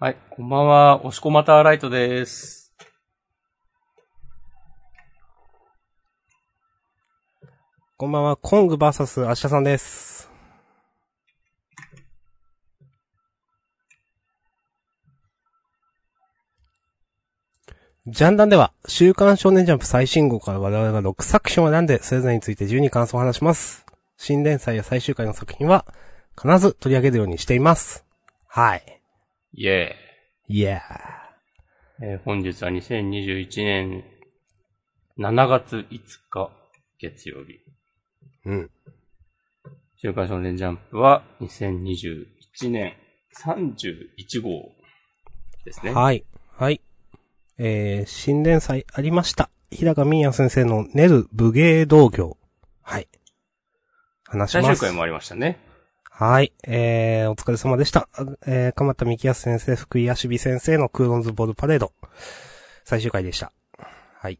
はい、こんばんは、おしこまたライトです。こんばんは、コングバーサス、アシャさんです。ジャンダンでは、週刊少年ジャンプ最新号から我々が6作品を選んで、それぞれについて自由に感想を話します。新連載や最終回の作品は、必ず取り上げるようにしています。はい。イエいやーイ。えー本日は2021年7月5日月曜日。ー。うん。週刊少年ジャンプは2021年31号ですね。はい。はい。えー、新連載ありました。日高美也先生のネル武芸道業。はい。話し最ま終す回。もありましたね。はい。えー、お疲れ様でした。えー、鎌田幹康先生、福井足美先生のクーロンズボールパレード。最終回でした。はい。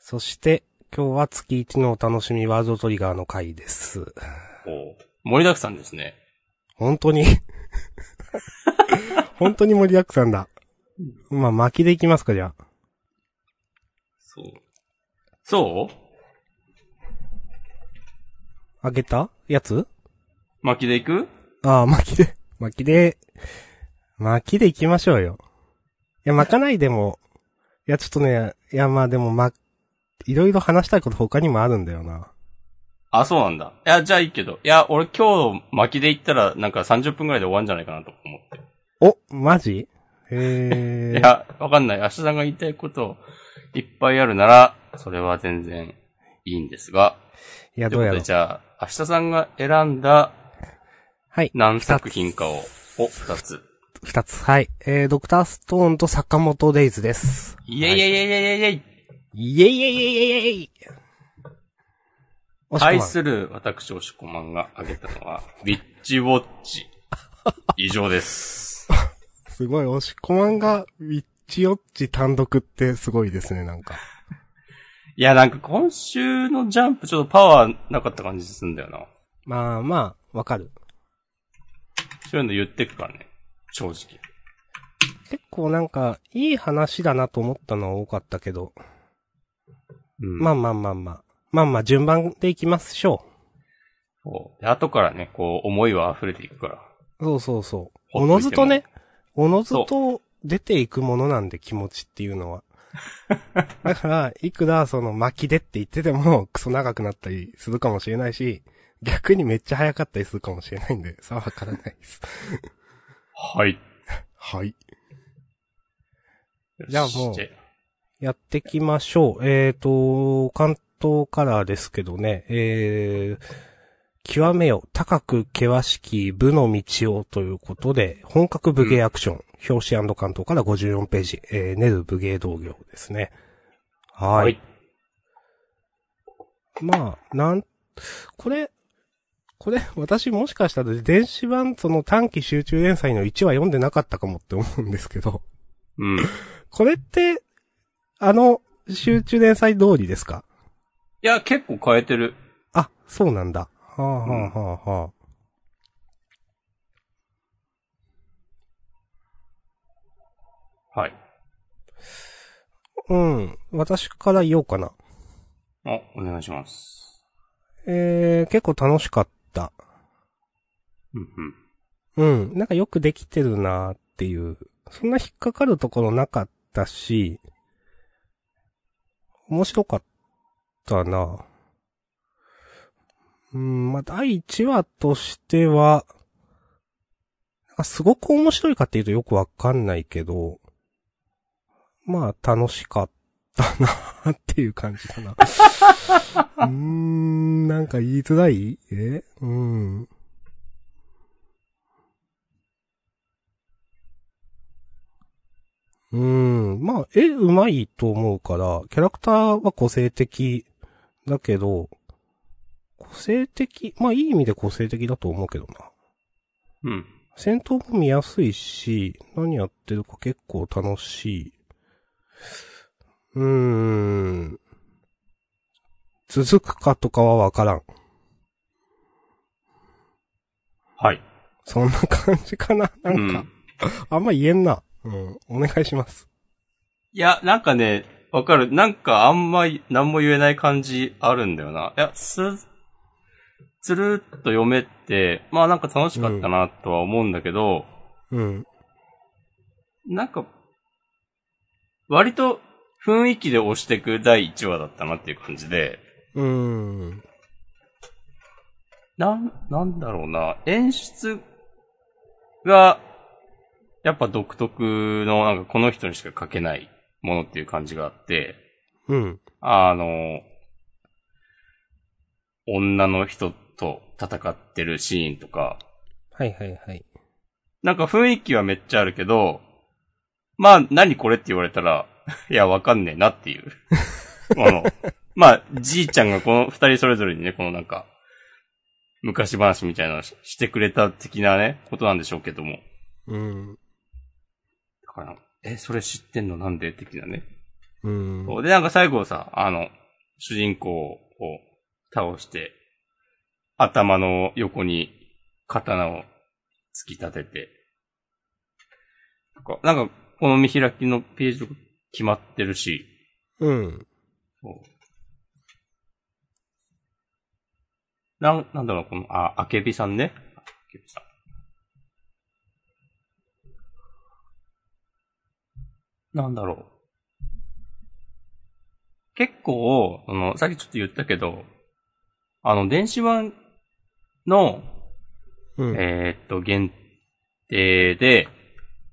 そして、今日は月一のお楽しみワールドトリガーの回です。お盛りだくさんですね。本 当に。本当に盛りだくさんだ。まあ、巻きでいきますか、じゃあ。そう。そうあげたやつ巻きでいくああ、巻きで。巻きで、巻きで行きましょうよ。いや、巻かないでも、いや、ちょっとね、いや、まあでも、ま、いろいろ話したいこと他にもあるんだよな。あ、そうなんだ。いや、じゃあいいけど。いや、俺今日巻きで行ったらなんか30分くらいで終わんじゃないかなと思って。お、マジへいえ。や、わかんない。明日さんが言いたいこといっぱいあるなら、それは全然いいんですが。いや、とどいううことやろで、う。じゃあ、明日さんが選んだはい。何作品かを、お、二つ。二つ。はい。えー、ドクターストーンと坂本デイズです。いえいえいえいえいえいえイェイイェイイェイイェイイェイおしくまん対する私、おしこまんが挙げたのは、ウィッチウォッチ。以上です。すごい、押し込まんが、ウィッチヨッチ単独ってすごいですね、なんか。いや、なんか今週のジャンプちょっとパワーなかった感じするんだよな。まあまあ、わかる。そういうの言ってくからね。正直。結構なんか、いい話だなと思ったのは多かったけど。うん。まあまあまあまあ。まあまあ、順番でいきましょこうで後からね、こう、思いは溢れていくから。う。そうそうそう。ほおっといてものずとね、おのずと出ていくものなんで気持ちっていうのは。だから、いくらその巻きでって言ってても、クソ長くなったりするかもしれないし、逆にめっちゃ早かったりするかもしれないんで、さあわからないです。はい。はい。じゃあもうそしてやってきましょう。えっ、と、関東からですけどね、えー、極めよ、高く険しき部の道をということで、本格武芸アクション、表紙関東から54ページ、えー、練る武芸同業ですね。はい。はい。まあ、なん、これ、これ、私もしかしたら電子版その短期集中連載の1話読んでなかったかもって思うんですけど、うん。いこれって、あの、集中連載通りですかや、結構変えてる。あ、そうなんだ。はあ、はあはあはあ、はい。うん。私から言おうかな。お、お願いします。えー、結構楽しかった。うんうん。うん。なんかよくできてるなーっていう。そんな引っかかるところなかったし、面白かったな。うん、まあ、第1話としては、なんかすごく面白いかっていうとよくわかんないけど、まあ、楽しかったなっていう感じだな。うーん、なんか言いづらいえうん。うーん。まあ、絵うまいと思うから、キャラクターは個性的だけど、個性的、まあいい意味で個性的だと思うけどな。うん。戦闘も見やすいし、何やってるか結構楽しい。うーん。続くかとかはわからん。はい。そんな感じかな、なんか。うん。あんま言えんな。うん。お願いします。いや、なんかね、わかる。なんかあんまり何も言えない感じあるんだよな。いや、す、つるっと読めて、まあなんか楽しかったなとは思うんだけど、うん。なんか、割と雰囲気で押してく第1話だったなっていう感じで、うん。なん、なんだろうな、演出が、やっぱ独特の、なんかこの人にしか書けないものっていう感じがあって、うん。あの、女の人と戦ってるシーンとか、はいはいはい。なんか雰囲気はめっちゃあるけど、まあ、何これって言われたら、 いや、わかんねえなっていう。あの、まあ、じいちゃんがこの二人それぞれにね、このなんか、昔話みたいなのししてくれた的なね、ことなんでしょうけども。うん。だから、え、それ知ってんのなんで的なね。うん。そうで、なんか最後さ、あの、主人公を倒して、頭の横に刀を突き立てて、なんか、なんかこの見開きのページとか決まってるし、うん。そうなん、なんだろう、この、あ、あけびさんね。あけびさん。なんだろう。結構、あの、さっきちょっと言ったけど、あの、電子版の、うん。えーっと、限定で、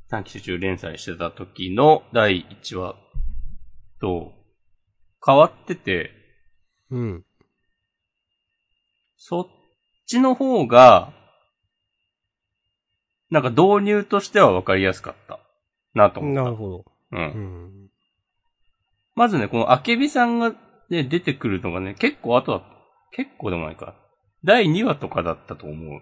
短期集中連載してた時の第1話と変わってて、うん。そっちの方が、なんか導入としては分かりやすかったなと思なるっほど。た。う。うんん。まずね、このあけびさんがね、出てくるのがね、結構後だ、結構でもないか。第2話とかだったと思う。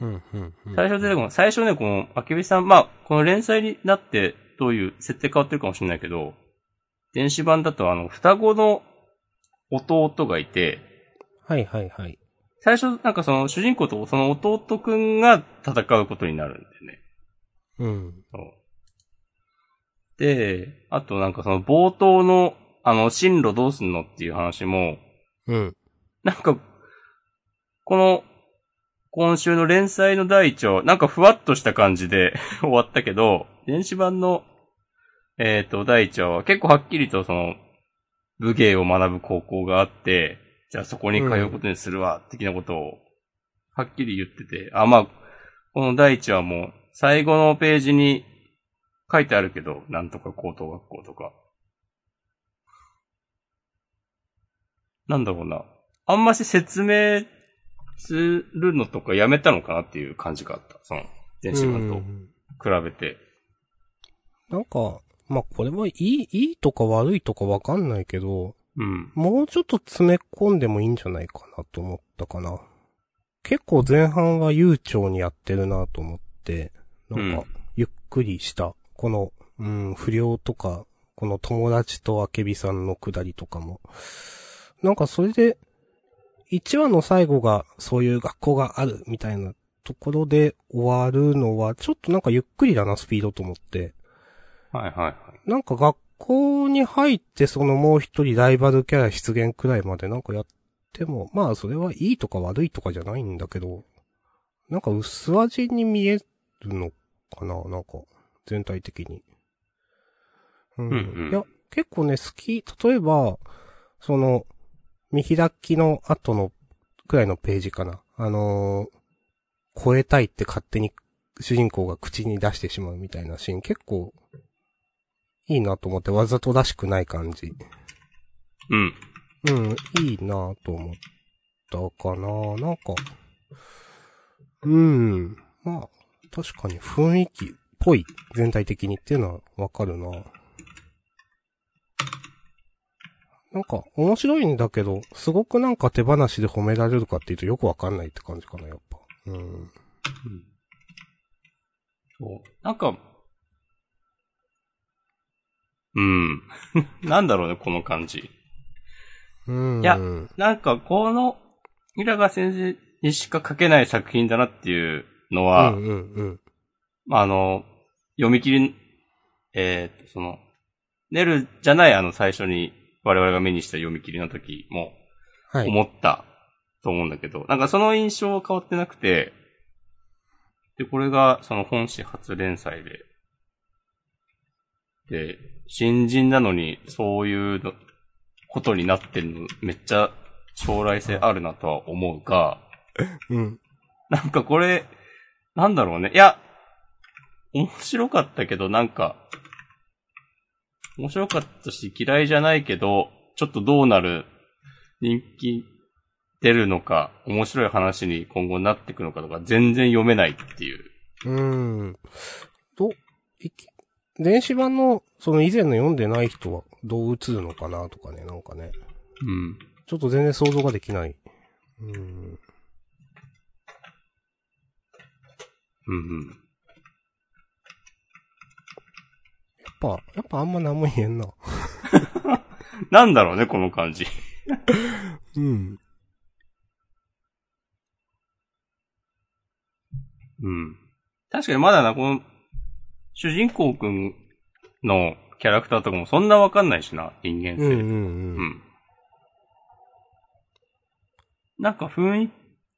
うん。うん。うん最初出てこない。最初ね、この、あけびさん、まあ、この連載になって、どういう設定変わってるかもしれないけど、電子版だと、あの、双子の弟がいて、はいはいはい。最初、なんかその、主人公とその弟くんが戦うことになるんだよね。うん。そうで、あとなんかその、冒頭の、あの、進路どうすんのっていう話も、うん。なんか、この、今週の連載の第一話、なんかふわっとした感じで 終わったけど、電子版の、えっ、と、第一話は結構はっきりとその、武芸を学ぶ高校があって、じゃあそこに通うことにするわ、的なことを、はっきり言ってて、あ、まあ、この第一話も、最後のページに書いてあるけど、なんとか高等学校とか。なんだろうな。あんまし説明するのとかやめたのかなっていう感じがあった。その、電子版とうん比べて。なんか、まあ、これはいい、いいとか悪いとかわかんないけど、うん。もうちょっと詰め込んでもいいんじゃないかなと思ったかな。結構前半は悠長にやってるなと思って、なんかう、ゆっくりした、この、うん、不良とか、この友達とあけびさんのくだりとかも。なんかそれで、1話の最後がそういう学校があるみたいなところで終わるのは、ちょっとなんかゆっくりだな、スピードと思って。はいはいはい。なんか学校に入ってそのもう一人ライバルキャラ出現くらいまでなんかやっても、まあそれはいいとか悪いとかじゃないんだけど、なんか薄味に見えるのかななんか、全体的に。うん。うんうんいや、結構ね、好き。例えば、その、見開きの後のくらいのページかな。あのー超えたいって勝手に主人公が口に出してしまうみたいなシーン、結構いいなと思って、わざとらしくない感じ。うん。うん、いいなと思ったかななんか、うん、まあ、確かに雰囲気っぽい、全体的にっていうのはわかるななんか、面白いんだけど、すごくなんか手放しで褒められるかっていうとよくわかんないって感じかな、やっぱ。うん。そう。なんか、うん。 なんだろうね、この感じ。うん。いやうん。なんか、この、平賀先生にしか書けない作品だなっていうのは、うんうん。まあ、あの、読み切り、えーっと、その、ネルじゃないあの最初に我々が目にした読み切りの時もはい。思ったと思うんだけど、なんかその印象は変わってなくて、で、これがその本誌初連載で、で、新人なのにそういうのことになってるのめっちゃ将来性あるなとは思うが、うん。 なんかこれ、なんだろうね。いや、面白かったけど、なんか、面白かったし嫌いじゃないけど、ちょっとどうなる、人気出るのか、面白い話に今後なっていくのかとか、全然読めないっていう。うん。と、いき電子版の、その以前の読んでない人はどう映るのかなとかね、なんかね。うん。ちょっと全然想像ができない。うん。うんうん。やっぱ、やっぱあんま何も言えんな。なんだろうね、この感じ。うん。うん。確かにまだな、この、主人公くんのキャラクターとかもそんなわかんないしな、人間うんう性。んううん。ん。なんか雰囲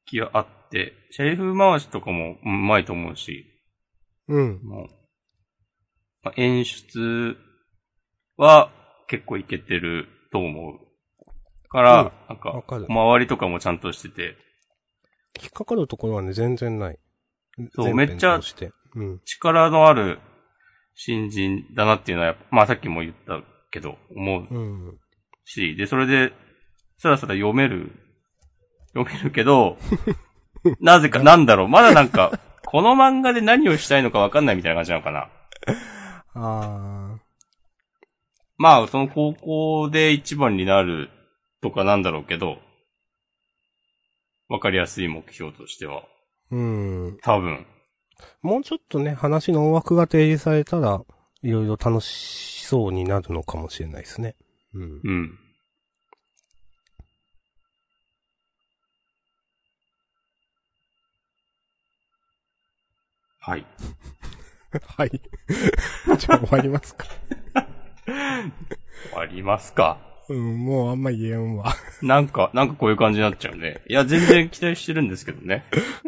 気があって、シェリフ回しとかもうんうまいと思うし、うん。もうまあ演出は結構いけてると思う。から、なんうんか、わかる。周りとかもちゃんとしてて、引っかかるところはね、全然ない。そう全編めっちゃ通してうん。力のある新人だなっていうのはやっぱ、まあさっきも言ったけど、思ううん。し、で、それで、スラスラ読める、読めるけど、なぜかなんだろう、まだなんか、この漫画で何をしたいのかわかんないみたいな感じなのかな。あまあ、その高校で一番になるとかなんだろうけど、わかりやすい目標としては、ー。うん。多分。もうちょっとね、話の大枠が提示されたら、いろいろ楽しそうになるのかもしれないですね。うん。うん。はい。はい。 じゃあ終わりますか。終わりますか。うん、もうあんま言えんわ。なんか、なんかこういう感じになっちゃうね。いや、全然期待してるんですけどね。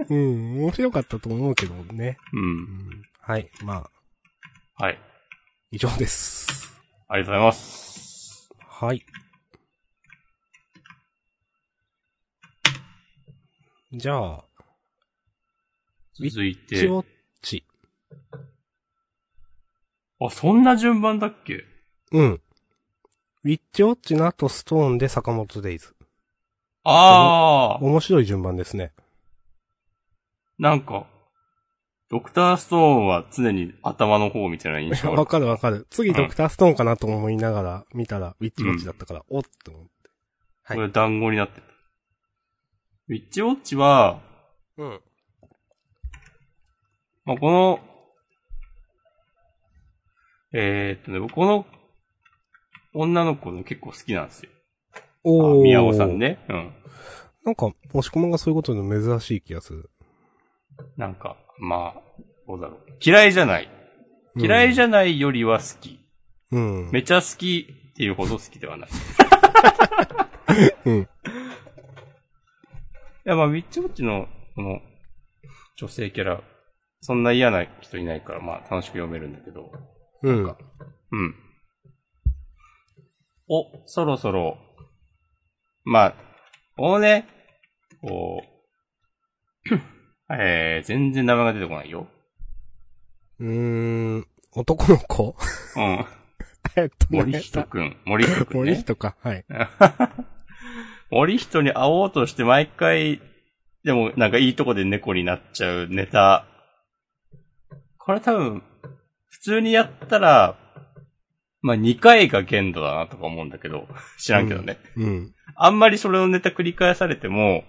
うん、面白かったと思うけどね。う。うんん。はい、まあ、はい。以上です。ありがとうございます。はい。じゃあ、続い一て。応、ち。あ、そんな順番だっけうん。ウィッチウォッチの後、ストーンで坂本デイズ。ああ、面白い順番ですね。なんか、ドクターストーンは常に頭の方みたいな印象あわる。かるわかる。次、うんドクターストーンかなと思いながら見たら、ウィッチウォッチだったから、おっと思って。はいこれ団子になってた。ウィッチウォッチは、うん。まあ、この、えーっとね、僕この女の子ね結構好きなんですよ。あおー。宮尾さん。ね。うん。なんか、押し込まがそういうことの珍しい気がする。なんか、まあ、どうだろう。嫌いじゃない。嫌いじゃ、ゃないよりは好き。うん。めちゃ好きっていうほど好きではない。うんいや、まあ、ウィッチウォッチの、この、女性キャラ、そんな嫌な人いないから、まあ、楽しく読めるんだけど。うん。うん。お、そろそろ、まあ、このね、こう、 えー、全然名前が出てこないよ。うーん、男の子 うん。えっとね、森人くん。森人くん、 森ね。人か。はい。 森人に会おうとして毎回、でもなんかいいとこで猫になっちゃうネタ。これ多分、普通にやったら、まあ2回が限度だなとか思うんだけど、知らんけどね。うん。あんまりそれのネタ繰り返されても、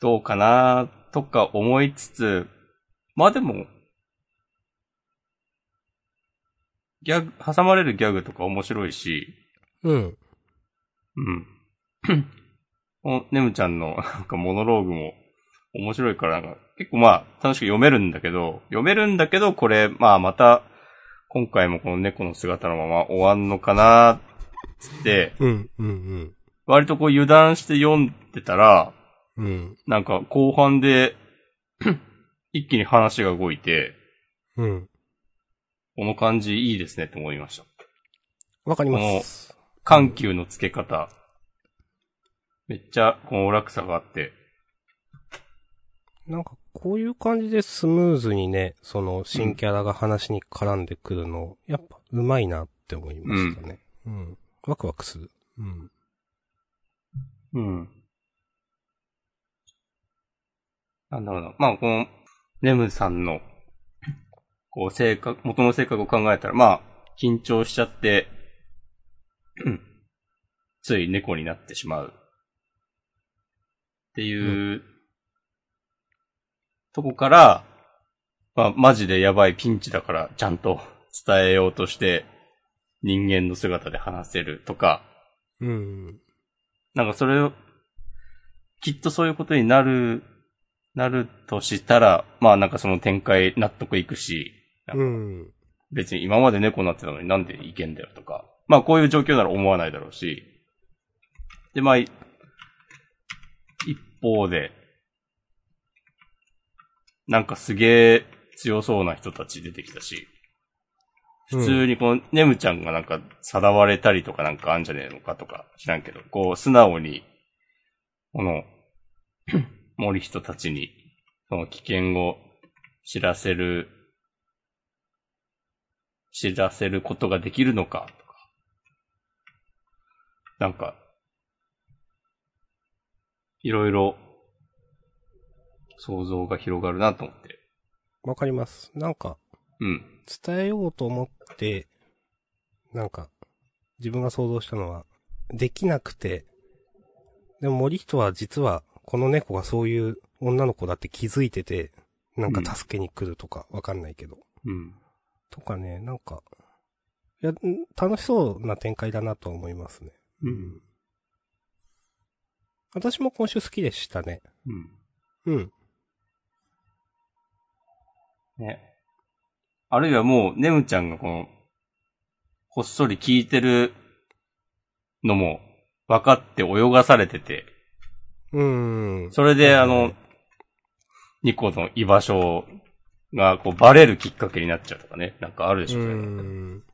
どうかなとか思いつつ、まあでも、ギャグ、挟まれるギャグとか面白いし、うん。うん。このねむちゃんのなんかモノローグも面白いから、なんか、結構まあ、楽しく読めるんだけど、読めるんだけど、これ、まあまた、今回もこの猫の姿のまま終わんのかな、つって、うん、うん、割とこう油断して読んでたら、うん。うん、なんか後半で、 一気に話が動いて、うん。この感じいいですねって思いました。わかります。緩急の付け方。めっちゃ、このお落差があって。なんか、こういう感じでスムーズにね、その、新キャラが話に絡んでくるの、やっぱ、うまいなって思いましたね。うん。ワクワクする。ううん。ん。なんだろうな。まあ、この、ネムさんの、こう、性格、元の性格を考えたら、まあ、緊張しちゃって、うんつい猫になってしまう。っていう、とこから、まあ、マジでやばいピンチだから、ちゃんと伝えようとして、人間の姿で話せるとか、うん。なんかそれを、きっとそういうことになる、なるとしたら、まあなんかその展開納得いくし、うん。別に今まで猫になってたのになんでいけんだよとか、まあこういう状況なら思わないだろうし、でまあ、い一方で、なんかすげえ強そうな人たち出てきたし、普通にこのネムちゃんがなんかさらわれたりとかなんかあんじゃねえのかとか知らんけど、こう素直に、この、 森人たちに、その危険を知らせる、知らせることができるのか、とか。なんか、いろいろ、想像が広がるなと思って。わかります。なんか、うん。伝えようと思って、なんか、自分が想像したのは、できなくて、でも森人は実は、この猫がそういう女の子だって気づいてて、なんか助けに来るとか、わかんないけど。うん。とかね、なんか、いや、ん楽しそうな展開だなとは思いますね。うん。私も今週好きでしたね。うん。うん。ね。あるいはもう、ネムちゃんがこの、こっそり聞いてるのも、分かって泳がされてて、うーん。それで、あの、ニコの居場所が、こう、バレるきっかけになっちゃうとかね。なんかあるでうしょ、それーん。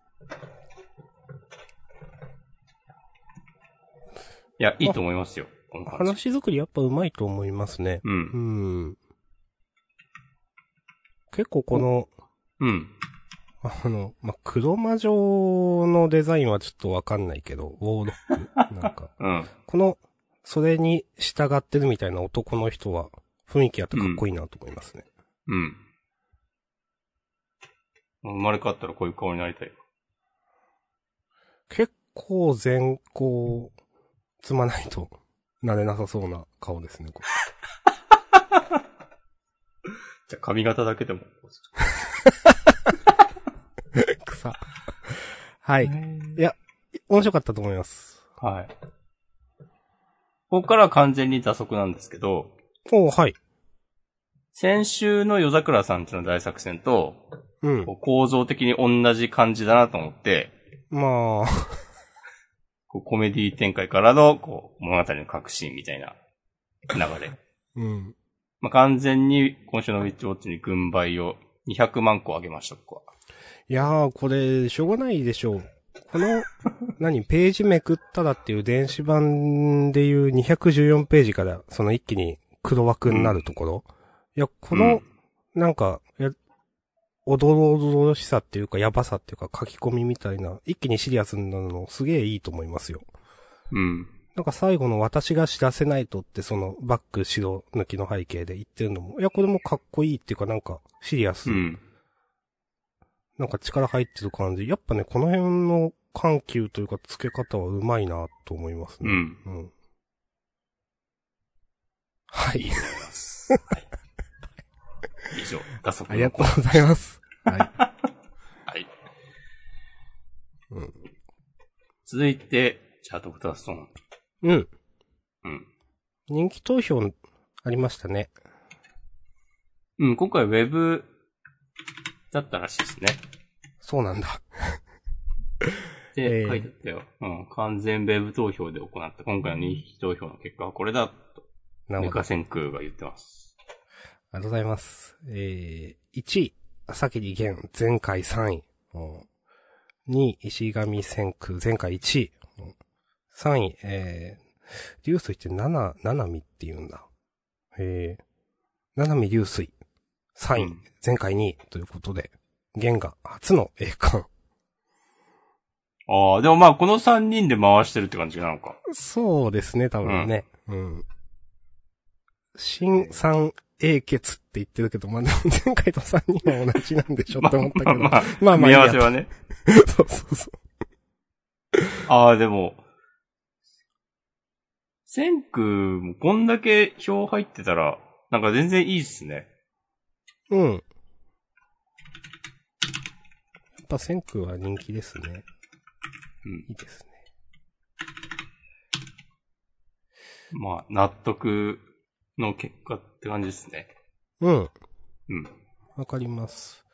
いや、いいと思いますよ。この感じ。話作りやっぱうまいと思いますね。う。うんん。結構この、うん。あの、まあ、黒魔女のデザインはちょっとわかんないけど、ウォーロック。なんか、うん。この、それに従ってるみたいな男の人は、雰囲気あってかっこいいなと思いますね。うん。生まれ変わったらこういう顔になりたい。結構前後、積まないと、なれなさそうな顔ですね、これじゃあ、髪型だけでも。 草。はい。はい面白かったと思います。い。ここからは完全に打足なんですけど、おーはい。先週の夜桜さんちの大作戦と、うんこ。う構造的に同じ感じだなと思って、まあ、こうコメディ展開からの、こう、物語の革新みたいな流れ。 うん。まあ、完全に今週のウィッチウォッチに軍配を200万個あげました、僕は。いやー、これ、しょうがないでしょう。この、 何、ページめくったらっていう電子版でいう214ページから、その一気に黒枠になるところ。いや、この、なんか、や、おどろおどろしさっていうか、やばさっていうか、書き込みみたいな、一気にシリアスになるの、すげえいいと思いますよ。うん。なんか最後の私が知らせないとって、その、バック白抜きの背景で言ってるのも、いや、これもかっこいいっていうか、なんか、シリアス、うん。なんか力入ってる感じ。やっぱね、この辺の緩急というか、付け方はうまいなと思いますうね。ん。うん。はい。 以上、打足ありがとうございます。はい。はい。うん。続いて、チャートクターストーン。うん。うん。人気投票、ありましたね。うん、今回ウェブだったらしいですね。そうなんだ。で、えー書いてあったよ。うん。完全ウェブ投票で行った今回の人気投票の結果はこれだ、と、なるメほど。あカセンクが言ってます。りがとうございます。えー、1位、朝霧玄、前回3位。うん2位、石上千空、前回1位。うん3位、えー、流水って7、七海って言うんだ。えー、七海流水、3位、うん前回2位ということで、玄が初の栄冠。 ああ、でもまあこの3人で回してるって感じなのか。そうですね、多分ね。うん。新三英傑って言ってるけど、まあ、でも前回と3人は同じなんでしょって思ったけまど。あままああ、まあ見合わせはね。そうそうそああ、でも、センクもこんだけ票入ってたら、なんか全然いいっすね。う。うん。やっぱ千空は人気ですね。うん。いいですね。まあ、納得の結果って感じですね。うん。うん。わかります。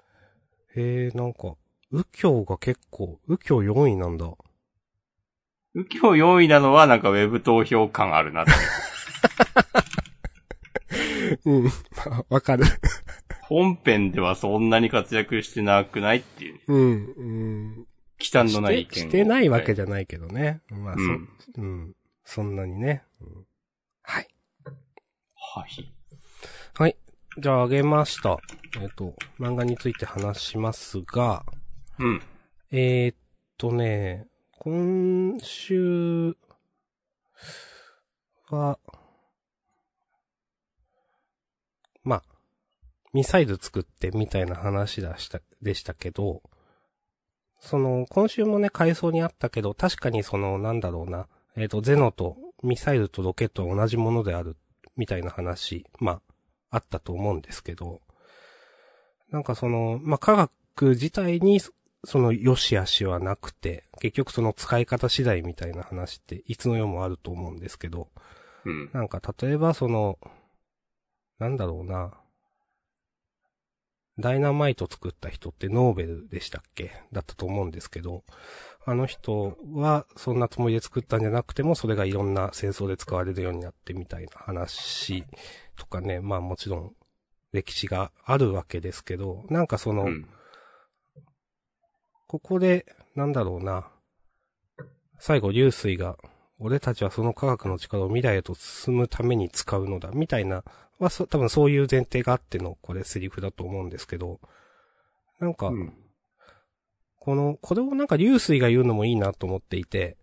へえ、なんか、右京が結構、右京4位なんだ。右京4位なのはなんかウェブ投票感ある なって。うん。まあ、 わかる。本編ではそんなに活躍してなくないっていう、うん。うん。忌憚のない意し見てしてないわけじじゃないけどね。まあ、うそん。うん。そんなにね。うんはい。はい。はい。じゃあ、あげました。えっ、と、漫画について話しますが、うん。えーっとね、今週は、まあ、ミサイル作ってみたいな話だした、でしたけど、その、今週もね、回想にあったけど、確かにその、なんだろうな、えーっと、ゼノとミサイルとロケットは同じものである、みたいな話、まあ、あったと思うんですけど、なんかその、まあ、科学自体にその良し悪しはなくて、結局その使い方次第みたいな話って、いつの世もあると思うんですけど、うん。なんか例えばその、なんだろうな、ダイナマイト作った人ってノーベルでしたっけだったと思うんですけど、あの人はそんなつもりで作ったんじゃなくても、それがいろんな戦争で使われるようになってみたいな話とかね、まあもちろん歴史があるわけですけど、なんかその、うん。ここで、なんだろうな。最後、流水が、俺たちはその科学の力を未来へと進むために使うのだ、みたいな、は、そ多分そういう前提があっての、これセリフだと思うんですけど、なんか、うん。この、これをなんか流水が言うのもいいなと思っていて、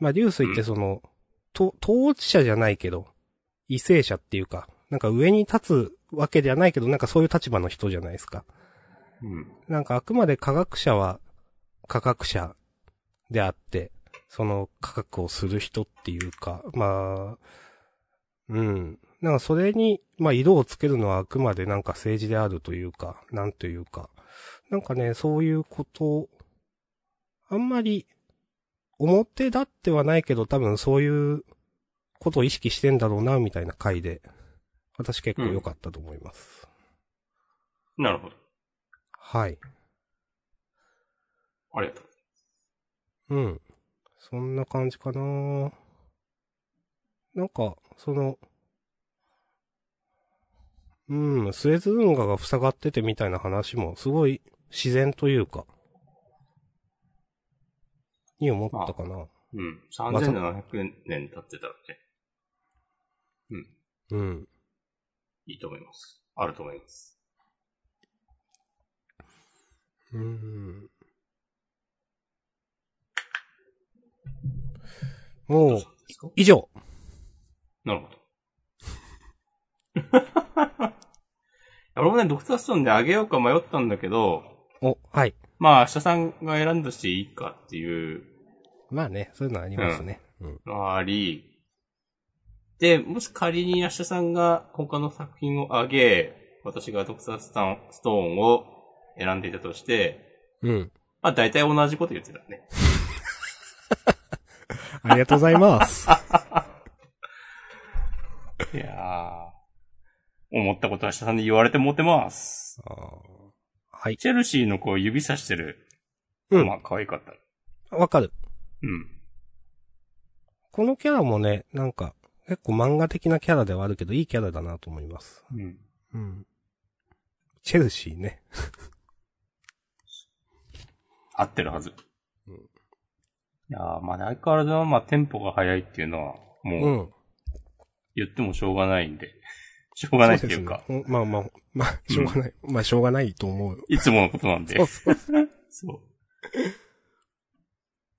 まあ流水ってその、と、当事者じゃないけど、為政者っていうか、なんか上に立つわけじゃないけど、なんかそういう立場の人じゃないですか。うん。なんかあくまで科学者は科学者であって、その科学をする人っていうか、まあ、うん。なんかそれに、まあ色をつけるのはあくまでなんか政治であるというか、なんというか。なんかね、そういうことを、あんまり表立ってはないけど多分そういうことを意識してんだろうな、みたいな回で、私結構良かったと思います。なるほど。はい。ありがとう。うん。そんな感じかななんか、その、うん、スエズ運河が塞がっててみたいな話も、すごい自然というか、に思ったかな、うん。まあそ3700年経ってたらね、うん。いいと思います。あると思います。うん。もうそ、うですか以上。なるほど。 俺もね、ドクターストーンであげようか迷ったんだけど、お、はい。まあ、明日さんが選んだしいいかっていうまあね、そういうのありますね。うん。のがあり、で、もし仮に明日さんが他の作品をあげ、私がドクタースタンストーンを選んでいたとして、うん。まあ大体同じこと言ってたね。ありがとう ございます。いや思ったことは下さんに言われてモテます。あーはい。チェルシーのこう指さしてる。うんまあ、可愛かった。わかる。うん。このキャラもね、なんか、結構漫画的なキャラではあるけど、いいキャラだなと思います。うん。うん。チェルシーね。合ってるはず。うんいやーまあ、相変わらずは、まあ、テンポが速いっていうのは、う。もうん言ってもしょうがないんで、しょうがないっていうか、そですねうんまあまあ、まあ、しょうがない。まあ、しょうがないと思う。いつものことなんで。そうそう。そう。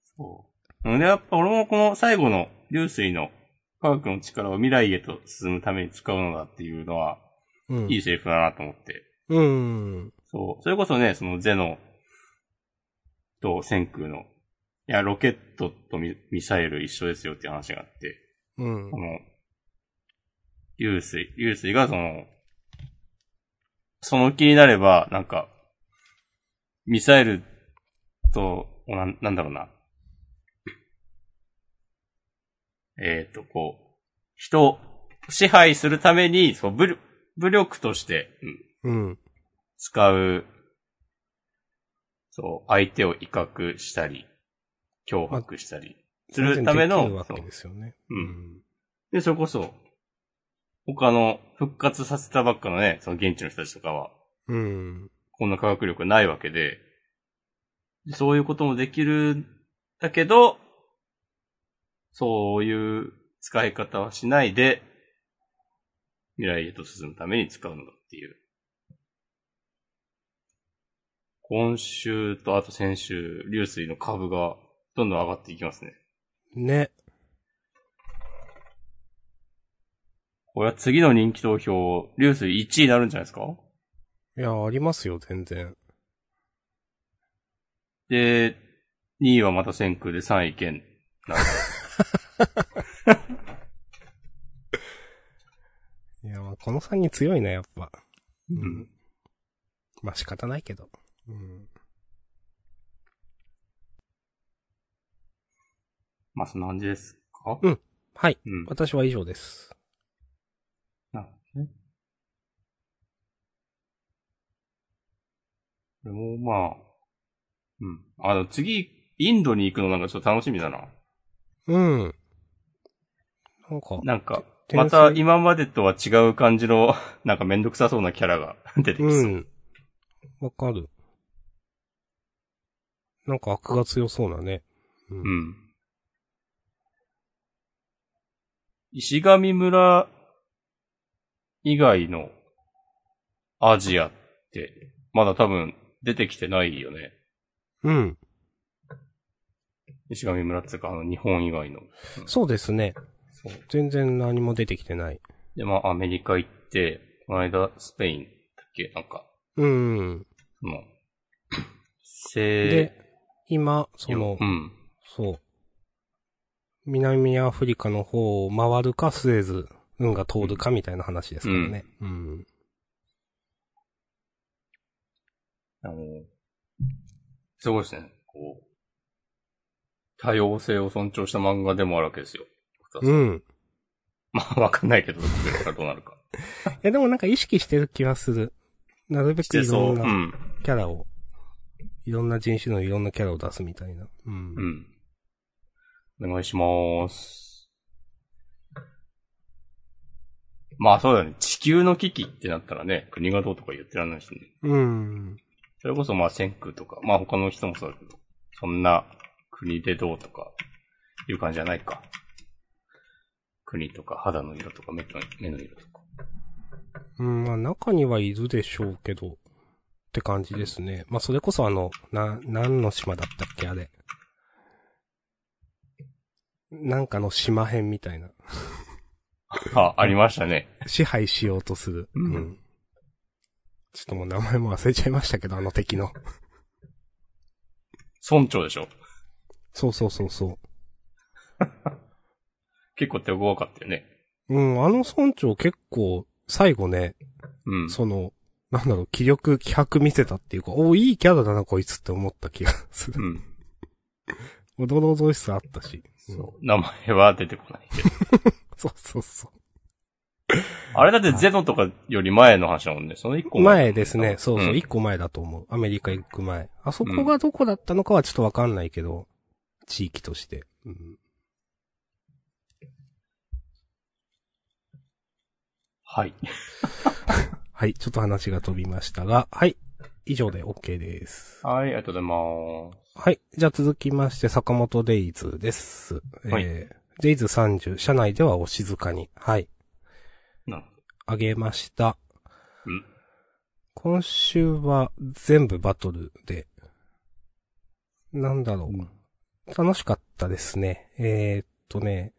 そう。なので、やっぱ俺もこの最後の流水の科学の力を未来へと進むために使うのだっていうのは、うん。いいセリフだなと思って。うん。そう。それこそね、そのゼノと千空の、いや、ロケットとミミサイル一緒ですよっていう話があって、うんこ。の、流水、流水がその、その気になれば、なんか、ミサイルと、なんなんだろうな。えっ、と、こう、人を支配するために、そう武力武力として、うんうん。使う、そう、相手を威嚇したり、脅迫したり、するためできるの、わそうけですよね。う。。うんで、それこそ、他の復活させたばっかのね、その現地の人たちとかは、うん。こんな科学力ないわけで、でそういうこともできるんだけど、そういう使い方はしないで、未来へと進むために使うのだっていう。今週とあと先週、流水の株がどんどん上がっていきますね。ね。これは次の人気投票、流水1位になるんじゃないですかいや、ありますよ、全然。で、2位はまた先空で3位県。なんか。いや、まあ、この3人強いな、やっぱ。うんまあ、仕方ないけど。うん。まあ、そんな感じですかうんはい。うん。私は以上です。なるほどね。これも、まあ、うん。あの、次、インドに行くのなんかちょっと楽しみだな。うん。なんか、なんか、てまた今までとは違う感じの、 なんかめんどくさそうなキャラが 出てきそう。うん。わかる。なんか悪が強そうなね。うう。ん。石神村以外のアジアって、まだ多分出てきてないよね。うん。石神村っていうか、あの、日本以外の。そうですね。そう。全然何も出てきてない。で、まあ、アメリカ行って、この間、スペインだっけなんか、うん。その、せで、今、そーのう、ん。そう。南アフリカの方を回るか、スエズ、運が通るかみたいな話ですからね。うん。あの、すごいですね。こう、多様性を尊重した漫画でもあるわけですよ。うん。 まあ、わかんないけど、どれからどうなるか。いや、でもなんか意識してる気はする。なるべくいろうん。なんキャラを、いろんな人種のいろんなキャラを出すみたいな。うんう。ん。お願いします。まあそうだね。地球の危機ってなったらね、国がどうとか言ってらんないしね。うん。それこそまあ先空とか、まあ他の人もそうだけど、そんな国でどうとか、いう感じじゃないか。国とか肌の色とか目の目の色とか。うん、まあ中にはいるでしょうけど、って感じですね。まあそれこそあの、な、何の島だったっけあれ。なんかの島編みたいな。あ、ありましたね。支配しようとする。うんちょっともう名前も忘れちゃいましたけど、あの敵の。村長でしょ。そうそうそうそ結構手強かったよね。う。うん、あの村長結構、最後ね、うん。その、なんだろう、気力、気迫見せたっていうか、おいいキャラだな、こいつって思った気が すうる。ん。おどろおどろしさあったし。そう。名前は出てこないけど。そうそうそう。あれだってゼノとかより前の話だもんね。その一個前ですね。そうそうう、ん一個前だと思う。アメリカ行く前。あそこがどこだったのかはちょっとわかんないけど、地域として。うんはい。はい、ちょっと話が飛びましたが、はい、以上で OK です。はい、ありがとうございます。はい。じゃあ続きまして、坂本デイズです。はいえーデイズ30、社内ではお静かに。はい。なるほあげました。うん今週は全部バトルで、なんだろう。楽しかったですね。えーっとね、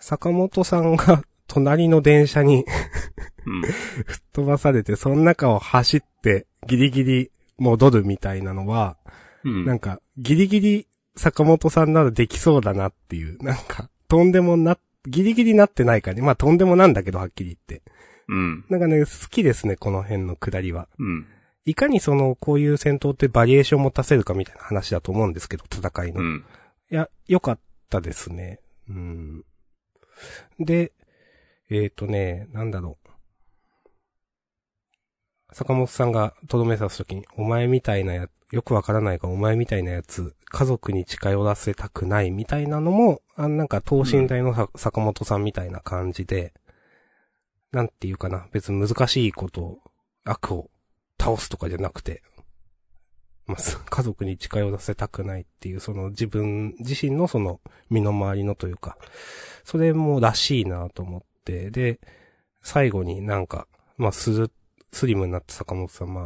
坂本さんが 隣の電車に 吹っ飛ばされて、その中を走ってギリギリ戻るみたいなのは、ど。うん。う。なんんか、ギリギリ坂本さんならできそうだなっていう、なんか、とんでもな、ギリギリなってないかね。まあ、とんでもなんだけど、はっきり言って。うん。なんかね、好きですね、この辺の下りは。うん。いかにその、こういう戦闘ってバリエーションを持たせるかみたいな話だと思うんですけど、戦いの。ういん。や、良かったですね。うん。で、えっ、ー、とね、なんだろう。坂本さんがとどめ刺すときに、お前みたいなや、よくわからないが、お前みたいなやつ、家族に近寄らせたくないみたいなのも、あなんか等身大のさ坂本さんみたいな感じで、なんていうかな、別に難しいことを、悪を倒すとかじゃなくて、まあ、す家族に近寄らせたくないっていう、その自分自身のその身の回りのというか、それもらしいなと思って、で、最後になんか、まあ、する、スリムになった坂本さん、まあ、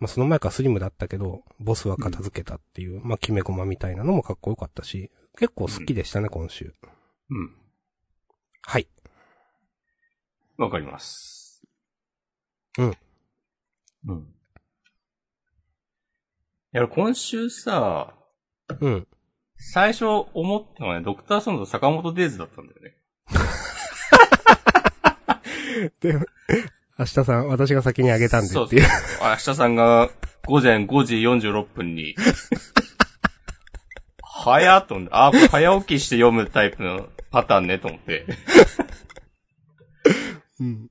まあ、その前からスリムだったけど、ボスは片付けたっていう、まあ、決め駒みたいなのもかっこよかったし、結構好きでしたね、今週。うん。はい。わかります。うん。うん。いや、今週さ、うん。最初思ったのはね、ドクターソンと坂本デイズだったんだよね。で、明日さん、私が先にあげたんでっていう。そそそう。明日さんが午前5時46分に、早っと思って、あ、これ早起きして読むタイプのパターンねと思って。うん。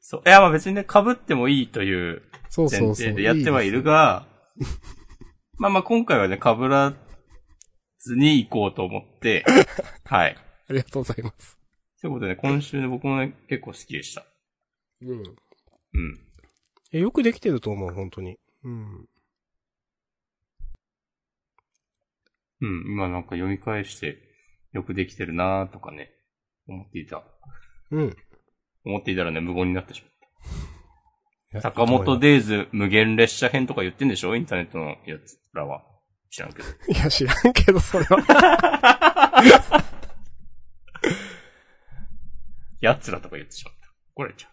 そう。いや、まあ別にね、被ってもいいというそう前そうそう。提でやってはいるが、まあまあ今回はね、被らずに行こうと思 って、はい。いいですねありがとうございます。ということでね、今週ね、僕もね、結構好きでした。うん。うん。え、よくできてると思う、本当に。うん。うん、今なんか読み返して、よくできてるなーとかね、思っていた。うん。思っていたらね、無言になってしまう。いや坂本。デイズ無限列車編とか言ってんでしょインターネットのやつらは。知らんけど。いや、知らんけど、それは。やつらとか言ってしまった。これちゃ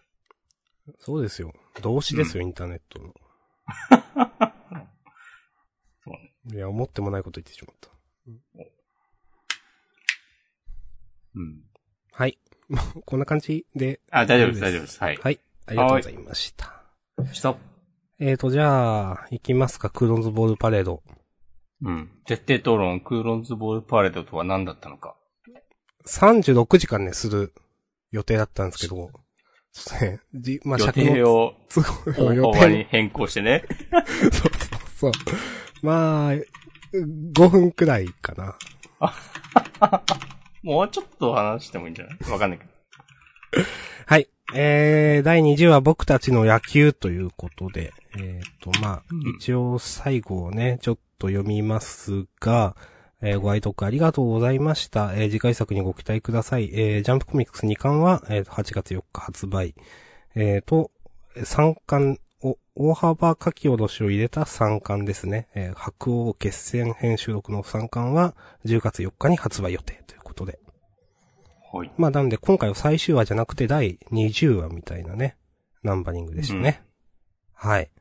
う。そうですよ。動詞ですよ、インターネットの。 そうね。いや、思ってもないこと言ってしまった。うん。はい。 まあこんな感じで。あ、大丈夫です、大丈夫です。はい。はい。ありがとうございました。した。えーと、じゃあ、行きますか、クーロンズボールパレード。うん。徹底討論、クーロンズボールパレードとは何だったのか。 36時間ね、する予定だったんですけど、ちょっとね、じ、まあ、予尺の定を都合大 予幅定に変更してね。 そうそうそう。まあ、5分くらいかな。もうちょっと話してもいいんじゃないわかんないけど。はい。えー、第20話僕たちの野球ということで、えっ、と、まあ、うん一応最後をね、ちょっと読みますが、えーご愛読ありがとうございました。えー次回作にご期待ください。えージャンプコミックス2巻は、えー8月4日発売。えーと、3巻を、大幅書き下ろしを入れた3巻ですね。えー白鸚決戦編収録の3巻は、10月4日に発売予定ということで。はい。まあ、なんで今回は最終話じゃなくて第20話みたいなね、ナンバリングでしたね。はい。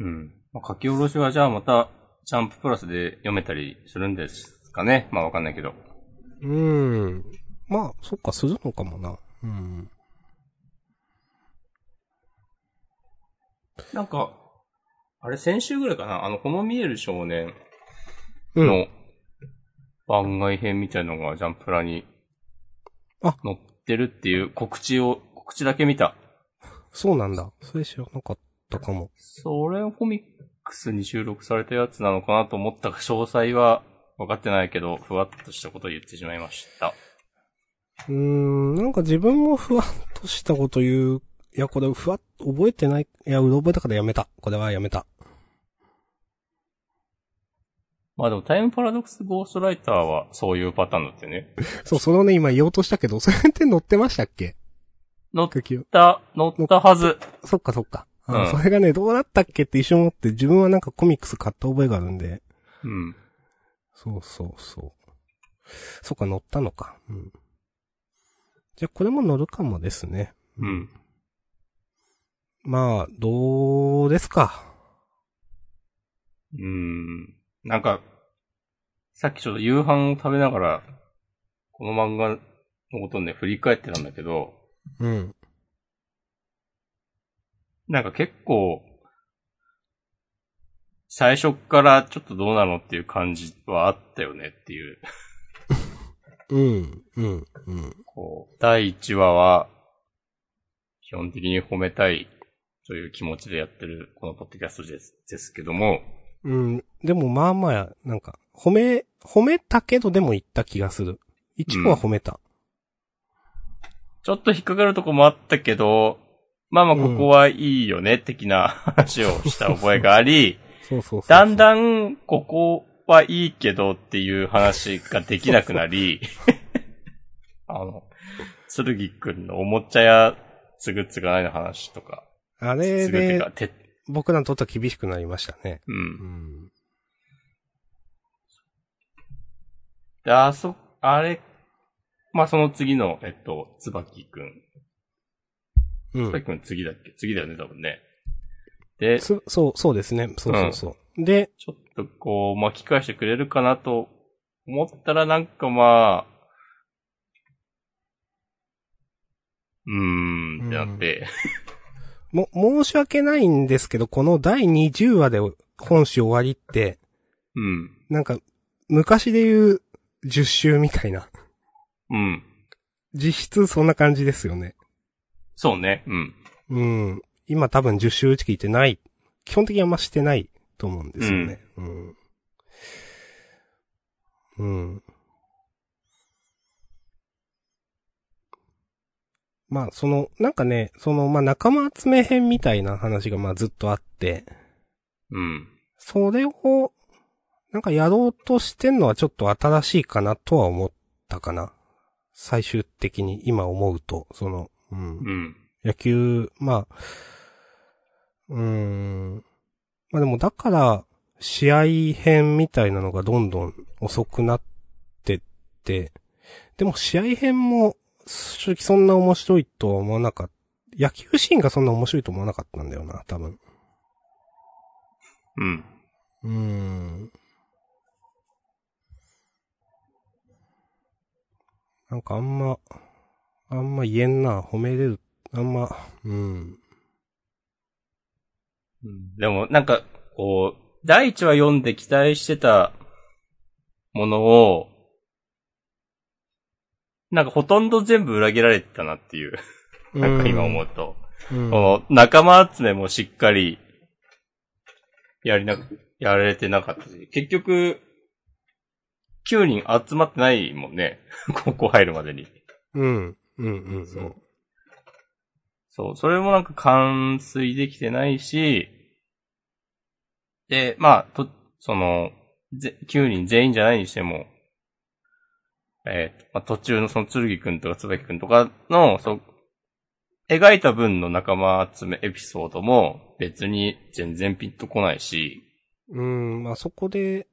うん。まあ、書き下ろしはじゃあまた、ジャンププラスで読めたりするんですかね。まあわかんないけど。うーん。まあ、そっか、するのかもな。うん。なんか、あれ先週ぐらいかなあの、この見える少年うん。の番外編みたいのがジャンプラにあ載ってるっていう告知を、告知だけ見た。そうなんだ。それ知らなかったかも。それをコミックスに収録されたやつなのかなと思ったが、詳細は分かってないけど、ふわっとしたことを言ってしまいました。うーん、なんか自分もふわっとしたこと言う。いや、これふわっ、覚えてない。いや、うろ覚えたからやめた。これはやめた。まあでもタイムパラドックスゴーストライターはそういうパターンだってね。そう、それをね、今言おうとしたけど、それって乗ってましたっけ乗っ空をた、乗ったはず。そっかそっか。あうんそれがね、どうだったっけって一瞬思って、自分はなんかコミックス買った覚えがあるんで。うん。そうそうそう。そっか、乗ったのか。うん。じゃあ、これも乗るかもですね。うん。まあ、どうですか。うん。なんか、さっきちょっと夕飯を食べながら、この漫画のことをね、振り返ってたんだけど、うん。なんか結構、最初っからちょっとどうなのっていう感じはあったよねっていう。うん、うん、うん。こう、第1話は、基本的に褒めたいという気持ちでやってるこのポッドキャストですですけども、うん。でもまあまあ、なんか、褒め、褒めたけどでも言った気がする。一個は褒めた。ちょっと引っかかるとこもあったけど、まあまあここはいいよね、的な話をした覚えがあり、 そうそうそうだんん。だんここはいいけどっていう話ができなくな り、あの、剣くんのおもちゃやつぐつがないの話とか、あれつぐっていうでか、、て、僕らにとっては厳しくなりましたね。うんう。ん。で、あそ、あれ、まあ、その次の、えっと、つばきくん。うつばんき。くん次だっけ次だよね、多分ね。で、ちそそう、そうですね。そうそうそう。で、ょっとこう、巻き返してくれるかなと思ったら、なんかまあ、うーん、ってなって。も、申し訳ないんですけど、この第20話で本誌終わりって、うん。なんか、昔で言う10周みたいな。うん。実質そんな感じですよね。そうね。うん。うん。今多分10周打ち切ってない。基本的にあんましてないと思うんですよね。うん。うん。まあ、その、なんかね、その、まあ、仲間集め編みたいな話が、まあ、ずっとあって、うん。それを、なんかやろうとしてんのはちょっと新しいかなとは思ったかな。最終的に今思うと、その、うん。うん。野球、まあ、うーん。まあでもだから、試合編みたいなのがどんどん遅くなってって、でも試合編も、正直そんな面白いとは思わなかった。野球シーンがそんな面白いと思わなかったんだよな、多分。うん。うーん。なんかあんま、あんま言えんな、褒めれる、あんま、うん。でも、なんか、こう、第一話読んで期待してたものを、なんかほとんど全部裏切られてたなっていう、なんか今思うと。うん。この仲間集めもしっかり、やりな、やられてなかったし、結局、9人集まってないもんね。 高校入るまでに。うん。うん。うん。そう。そう、それもなんか完遂できてないし、で、まあ、と、その、ぜ9人全員じゃないにしても、えーとまあ、途中のその剣くんとか椿くんとかの、そう、描いた分の仲間集めエピソードも別に全然ピンとこないし、うん。まあそこで、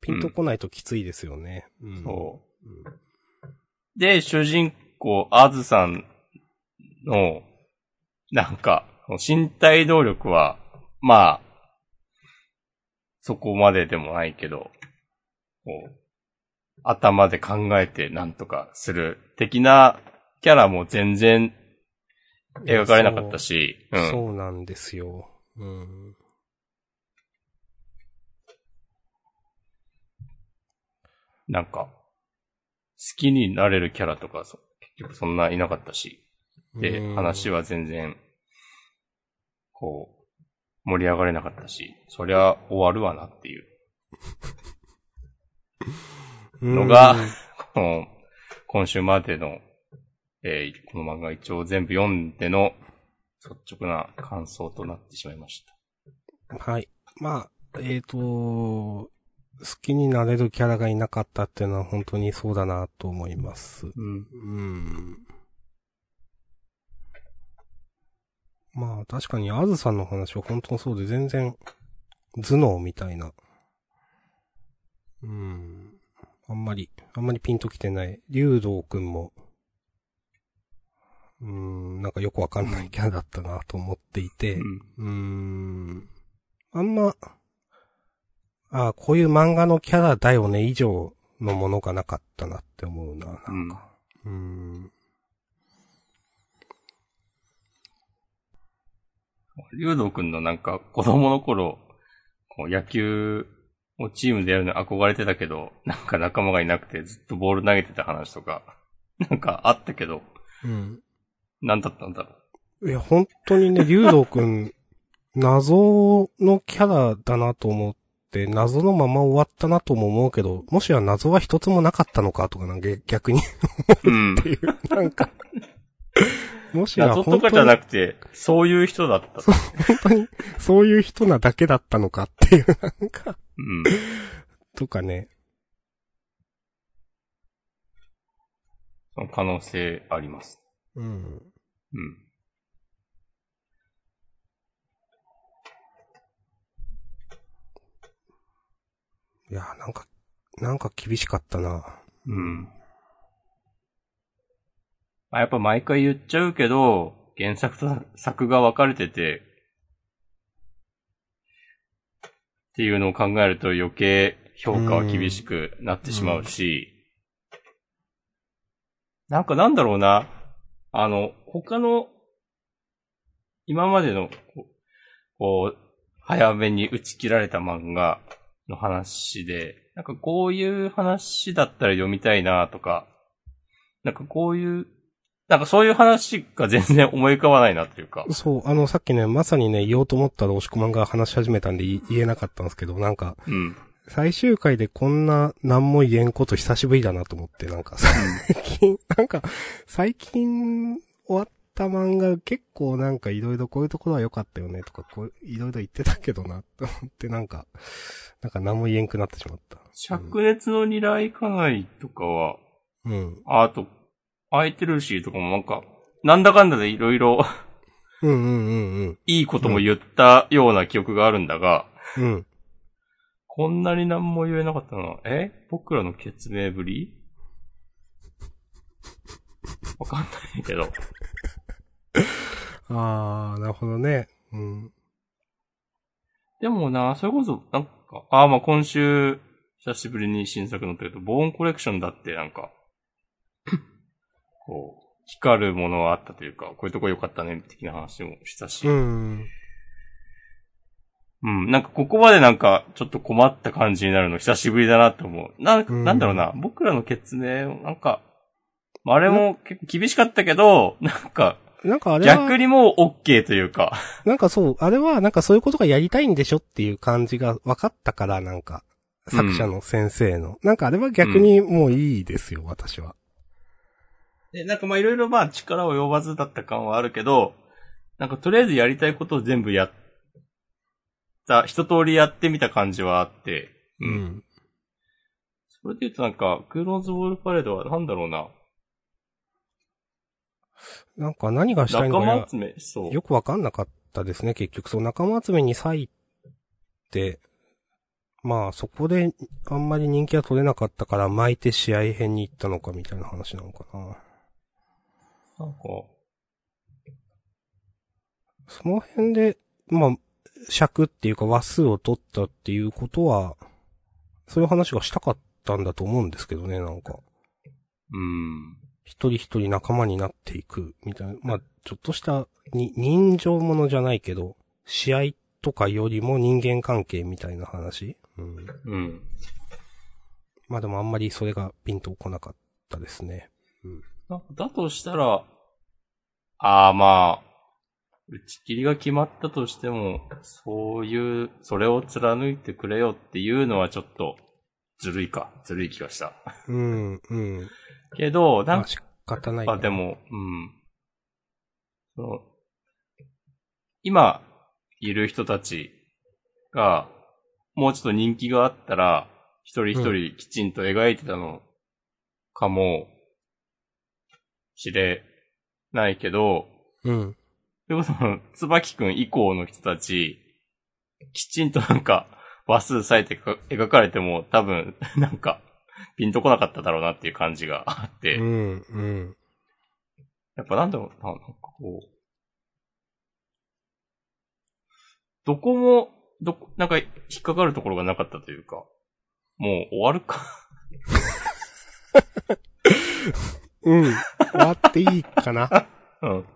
ピンとこないときついですよね。うん。そう。で、主人公、あずさんの、なんか、身体能力は、まあ、そこまででもないけど、こう、頭で考えてなんとかする的なキャラも全然うん。描かれなかったし、そうう。ん。そうなんですよ。うん。なんか、好きになれるキャラとか、そう結結局そんないなかったし、で、話は全然、こう、盛り上がれなかったし、そりゃ終わるわなっていうのが、この、今週までの、えーこの漫画一応全部読んでの率直な感想となってしまいました。うん、はい。まあ、えっ、と好きになれるキャラがいなかったっていうのは本当にそうだなと思います。うん。うん。まあ、確かに、あずさんの話は本当そうで、全然、頭脳みたいな。うん。あんまり、あんまりピンときてない。竜道くんも、うん、なんかよくわかんないキャラだったなと思っていて、うーん。あんま、ああ、こういう漫画のキャラだよね以上のものがなかったなって思うな、なんか。うん。うーん。竜道くんのなんか子供の頃、こう野球をチームでやるのに憧れてたけど、なんか仲間がいなくてずっとボール投げてた話とか、なんかあったけど、うん。何だったんだろいや、本当 にね、竜道くん、謎のキャラだなと思って、謎のまま終わったなとも思うけど、もしや謎は一つもなかったのかとかなんか逆に、う。 うん。なんか、もしや謎本とかじ当ゃなに、くて、そういう人だったと。本当に、そういう人なだけだったのかっていう、なんか、うん。とかね。その可能性あります。うん。うん。いや、なんか、なんか厳しかったな。うん。まあ、やっぱ毎回言っちゃうけど、原作と作が分かれてて、っていうのを考えると余計評価は厳しくなってしまうし、なんかなんだろうな、あの、他の、今までの、こうこう、早めに打ち切られた漫画の話で、なんかこういう話だったら読みたいなとか、なんかこういう、なんかそういう話が全然思い浮かばないなっていうか。そう、あの、さっきね、まさにね、言おうと思ったら押し込まんが話し始めたんでい言えなかったんですけど、なんか、うん。最終回でこんな何も言えんこと久しぶりだなと思って、なんか最近、なんか、最近終わった漫画結構なんかいろいろこういうところは良かったよねとか、こういろいろ言ってたけどなと思って、なんか、なんか何も言えんくなってしまった。灼熱の二来かないとかは、うん。あと、空いてるしとかもなんか、なんだかんだでいろいろうんうんうんいいことも言ったような記憶があるんだが、うん。うん。こんなに何も言えなかったのは、え僕らの決明ぶりわかんないけど。あー、なるほどね。うん。でもな、それこそ、なんか、あーまあ今週、久しぶりに新作載ってると、ボーンコレクションだってなんか、こう、光るものはあったというか、こういうとこ良かったね、的な話もしたし、ううん、ん。なんかここまでなんか、ちょっと困った感じになるの久しぶりだなと思う。なんか、うんなんだろうな、僕らの決明、なんか、まああれも結構厳しかったけど、なんか、なんかあれは。逆にもう OK というか、なんかそう、あれはなんかそういうことがやりたいんでしょっていう感じが分かったから、なんか、作者の先生の。なんかあれは逆にもういいですよ、私は。で、なんかまあいろいろまあ力を及ばずだった感はあるけど、なんかとりあえずやりたいことを全部やった、一通りやってみた感じはあって、う。ん。それで言うとなんか、クーロンズボールパレードはなんだろうな、なんか何がしたい仲のか間や集め、そう。よく分かんなかったですね、結局。そう、仲間集めに割いて、まあそこであんまり人気が取れなかったから巻いて試合編に行ったのかみたいな話なのかな。なんか、その辺で、まあ、尺っていうか話数を取ったっていうことは、そういう話がしたかったんだと思うんですけどね、なんか。うん。一人一人仲間になっていく、みたいな。まあ、ちょっとした、に、人情ものじゃないけど、試合とかよりも人間関係みたいな話。うん。うん。まあでもあんまりそれがピンとこなかったですね。なんかだとしたら、ああまあ、打ち切りが決まったとしても、そういう、それを貫いてくれよっていうのはちょっと、ずるいか、ずるい気がした。うん、うん。けど、なんかまあ仕方ない。まあで。も、うん。その、今、いる人たちが、もうちょっと人気があったら、一人一人きちんと描いてたのかも、しれないけど、うん。でもその、つばきくん以降の人たち、きちんとなんか、話数割いてか描かれても、多分、なんか、ピンとこなかっただろうなっていう感じがあって、うん、うん。やっぱなんだろうな、なんかこう。どこも、どこ、なんか引っかかるところがなかったというか、もう終わるか。 うん。終わっていいかな。うん。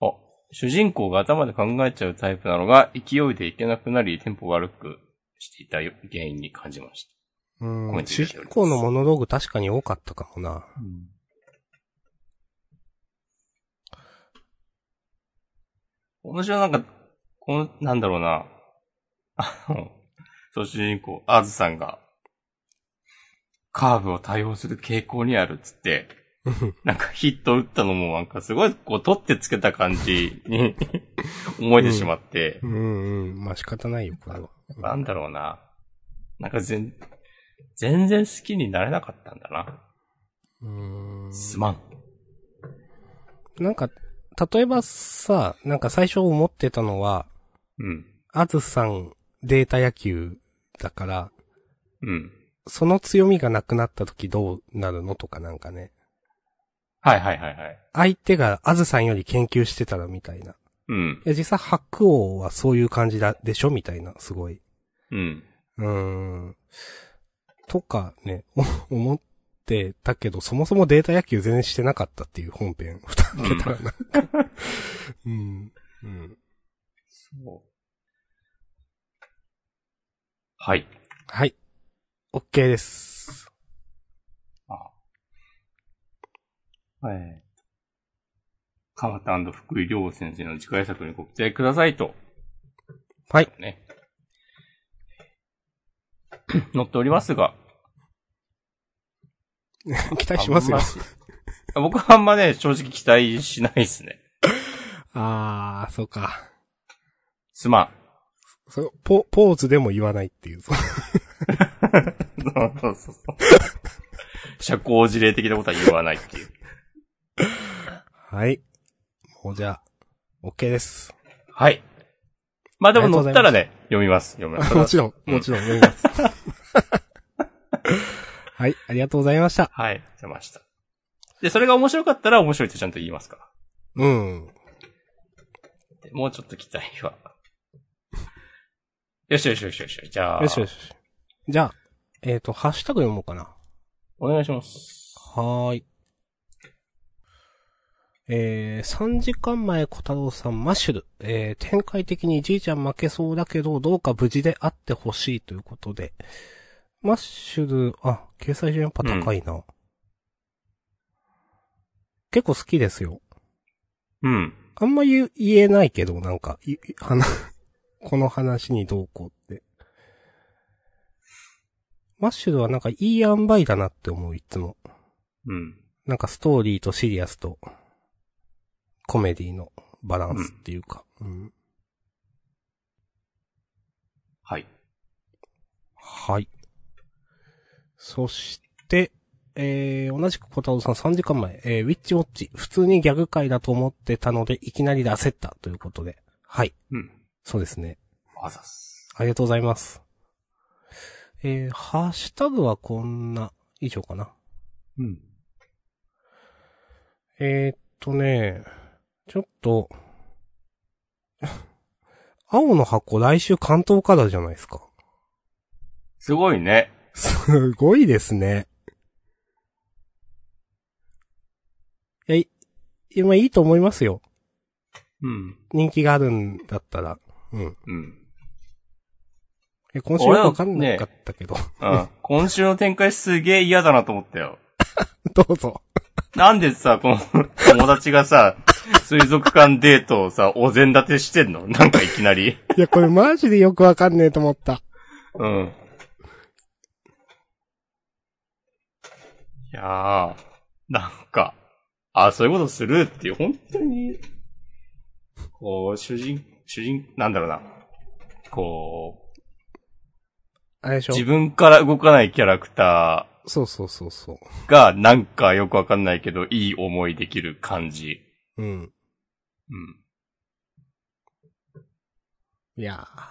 あ、主人公が頭で考えちゃうタイプなのが、勢いでいけなくなり、テンポ悪くしていた原因に感じました。うん。主人公のモノローグ確かに多かったかもな。私はなんか、この、なんだろうな。あの、そう、主人公、アズさんが、カーブを対応する傾向にあるっつ って、うんなんかヒット打ったのもなんかすごい、こう取ってつけた感じ に思えてしまって、うん、うん。まあ仕方ないよ、これは。なんだろうな。なんか全、全然好きになれなかったんだな。うん。すまん。なんか、例えばさ、なんか最初思ってたのは、うん。アズさんデータ野球だから、うん。その強みがなくなった時どうなるのとかなんかね。はいはいはいはい。相手がアズさんより研究してたらみたいな。いうん。や、実際白王はそういう感じだ、でしょみたいな、すごい。うん。うーん。とかね、 お思ってたけど、そもそもデータ野球全然してなかったっていう本編、二開けたらなんか。うん。うん。そう。はい。はい。OK です。 はい。川田福井亮先生の次回作にご期待くださいと。はい。ね。 載っておりますが。期待しますよあ。んま僕はあんまね、正直期待しないですね。あー、そうか。すまん。 それポ、ポーズでも言わないっていう。そうそうそうそう。社交辞令的なことは言わないっていう。はい。もうじゃあ、OK です。はい。まあでありがともう載ござっいたますらね、読みます。読みます。もちろん、もちろん、思います。 はい、ありがとうございました。はい。出ました。で、それが面白かったら面白いとちゃんと言いますから。うん。でもうちょっと期待は。よしよしよしよし。じゃあ、よしよし。じゃあ、えっ、と、ハッシュタグ読もうかな。お願いします。はーい。えー、3時間前小太郎さん、マッシュル。えー、展開的にじいちゃん負けそうだけど、どうか無事であってほしいということで。マッシュル、あ、掲載順やっぱ高いな。結構好きですよ。うん。あんま言う言えないけど、なんか、い話、 この話にどうこうって。マッシュルはなんかいい塩梅だなって思う、いつも。うん。なんかストーリーとシリアスと、コメディのバランスっていうか。うんはい。はい。そして、えー、同じく小太郎さん3時間前、えー、ウィッチウォッチ、普通にギャグ界だと思ってたので、いきなりで焦ったということで。はい。うん。そうですね。あざっす。ありがとうございます。えー、ハッシュタグはこんな、以上かな。うん。えー、っとね、ちょっと、 青の箱来週関東からじゃないですか。 すごいね。すごいですね。いや、い今いいと思いますよ。うん。人気があるんだったら。うん。うん。え今週よくわかんなかったけど。うん。今週の展開すげえ嫌だなと思ったよ。 どうぞ。なんでさ、この友達がさ、水族館デートをさ、お膳立てしてんのなんかいきなり。いや、これマジでよくわかんねえと思った。うん。いやー、なんか、あそういうことするっていう、本当に、こう、主人、主人、なんだろうな。こあれでしう、ょ自分から動かないキャラクタそうそうそうそーが、なんかよくわかんないけど、いい思いできる感じ。う。うん。ういやー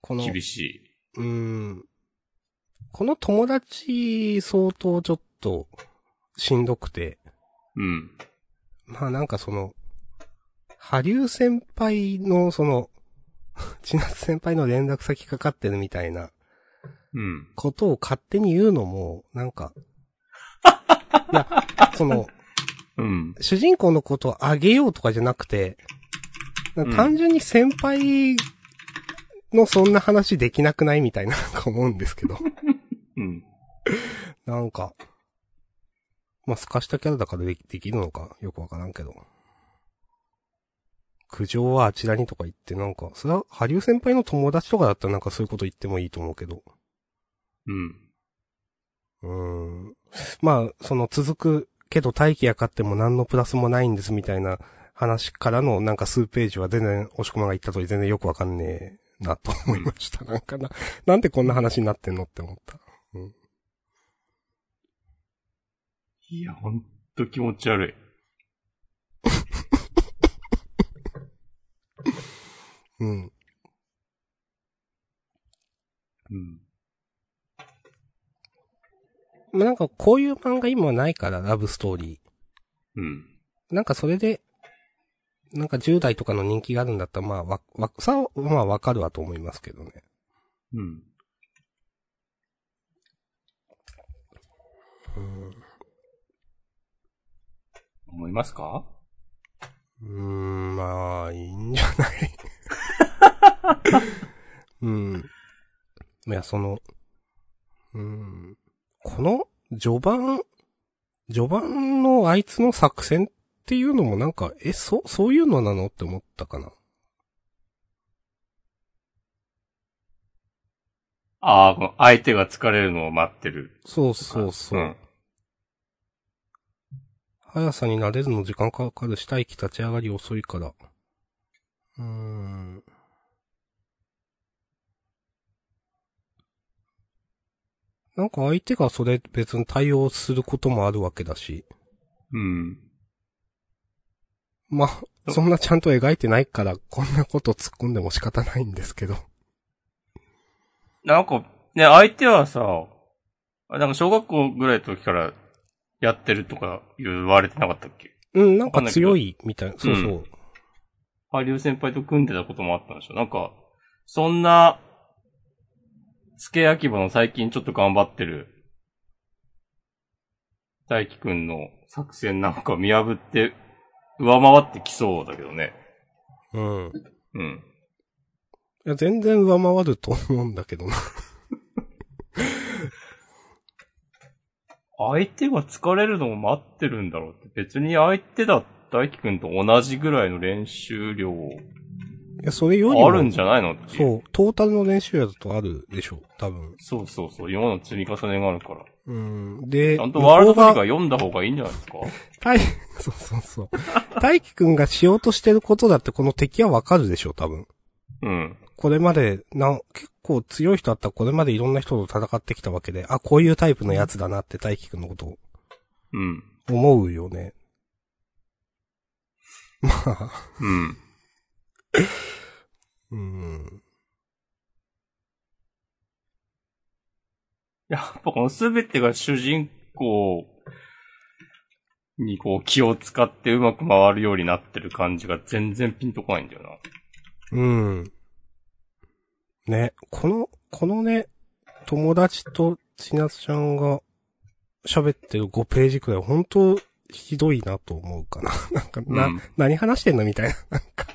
こん。の、厳しい。うん。この友達相当ちょっとしんどくて、うん。まあなんかその、波竜先輩のその、 千夏先輩の連絡先かかってるみたいなうん。ことを勝手に言うのも、なんか、 いや、その、うん。主人公のことをあげようとかじゃなくて、ん単純に先輩のそんな話できなくないみたいな、なんか思うんですけど。 うん。なんか、まあ、透かしたキャラだからできできるのか、よくわからんけど。苦情はあちらにとか言って、なんか、それは、ハリウ先輩の友達とかだったらなんかそういうこと言ってもいいと思うけど。うん。うーん。まあ、その続くけど大気やかっても何のプラスもないんですみたいな話からのなんか数ページは全然、押し込まが言った通り全然よくわかんねえなと思いました。なんかな、なんでこんな話になってんのって思った。いや、ほんと気持ち悪い。うん。うん。まあ、なんかこういう漫画今はないから、ラブストーリー。うん。なんかそれで、なんか10代とかの人気があるんだったら、まあ、わ、わ、さは、まあわかるわと思いますけどね。うん。思いますかうん。ん、まあ、いいんじゃない うん。いや、その、うん。この、序盤、序盤のあいつの作戦っていうのもなんか、え、そ、そういうのなのって思ったかな。ああ、この相手が疲れるのを待ってる。そうそうそう。ん。速さに慣れるの時間かかるし、大気立ち上がり遅いから。うーん。なんか相手がそれ別に対応することもあるわけだし。うん。まあ、そんなちゃんと描いてないから、こんなこと突っ込んでも仕方ないんですけど。なんか、ね、相手はさ、あなんか小学校ぐらいの時からやってるとか言われてなかったっけうん、なんわかかんないけど強いみたいな。そうそう。ハリウ先輩と組んでたこともあったんでしょなんか、そんな、付け焼き場の最近ちょっと頑張ってる、大輝くんの作戦なんか見破って、上回ってきそうだけどね。うん。いうん。や、全然上回ると思うんだけどな。相手が疲れるのを待ってるんだろうって、別に相手だ、大輝くんと同じぐらいの練習量いや、それよりも。あるんじゃないのっていう。そう、トータルの練習やだとあるでしょう、多分。そうそうそう。今の積み重ねがあるから。うん。で、ちゃんとワールド向カッこうプが読んだ方がいいんじゃないですか大 そうそうそう。大輝くんがしようとしてることだってこの敵はわかるでしょう、多分。うん。これまで、な、結構強い人だったらこれまでいろんな人と戦ってきたわけで、あ、こういうタイプのやつだなって大輝くんのことをうん。思うよね。まあ、うん。うん。やっぱこのすべてが主人公にこう気を使ってうまく回るようになってる感じが全然ピンとこないんだよな。うん。ね、この、このね、友達と千夏ちゃんが喋ってる5ページくらい、本当ひどいなと思うかな。 なんか、な、 うん何話してんのみたいな、なんか。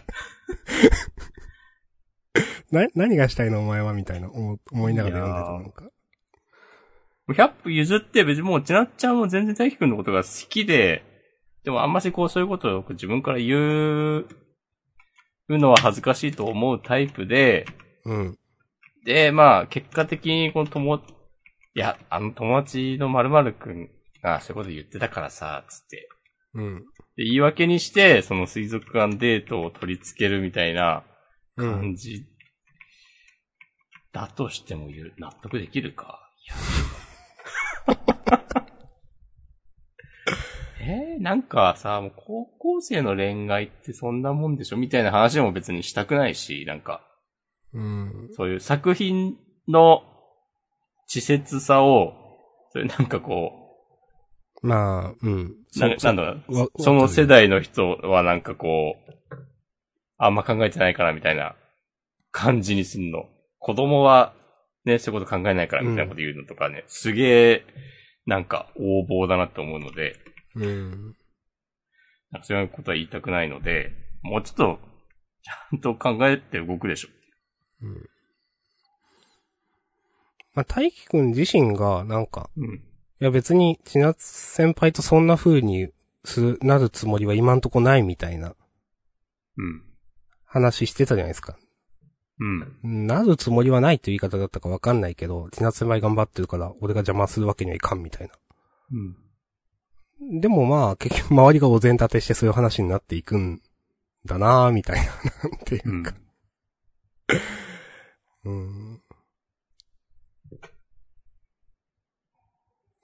な、何がしたいのお前はみたいな思思いながら読んでたのか。 100歩譲って別にもうちなっちゃんも全然大輝くんのことが好きで、でもあんましこうそういうことを自分から言うのは恥ずかしいと思うタイプで、うん。で、まあ結果的にこの友、いや、あの友達の〇〇くんがそういうこと言ってたからさ、つって。うん。で、言い訳にして、その水族館デートを取り付けるみたいなう感ん。じ、だとしても言う納得できるか。いや えー、なんかさ、もう高校生の恋愛ってそんなもんでしょみたいな話も別にしたくないし、なんか、うん。そういう作品の稚拙さを、そういうなんかこう、まあ、うん。なそなんだろうわそその世代の人はなんかこう、あんま考えてないからみたいな感じにすんの。子供はね、そういうこと考えないからみたいなこと言うのとかね、すげえ、なんか横暴だなって思うので、うん。なんかそういうことは言いたくないので、もうちょっと、ちゃんと考えて動くでしょ。うん。まあ、大輝くん自身が、なんか、うん。いや別に、千夏先輩とそんな風にする、なるつもりは今んとこないみたいなうん。話してたじゃないですか。うん。なるつもりはないという言い方だったかわかんないけど、千夏先輩頑張ってるから、俺が邪魔するわけにはいかんみたいな。うん。でもまあ、結局周りがお膳立てしてそういう話になっていくんだなぁ、みたいな、なんていうか。うん。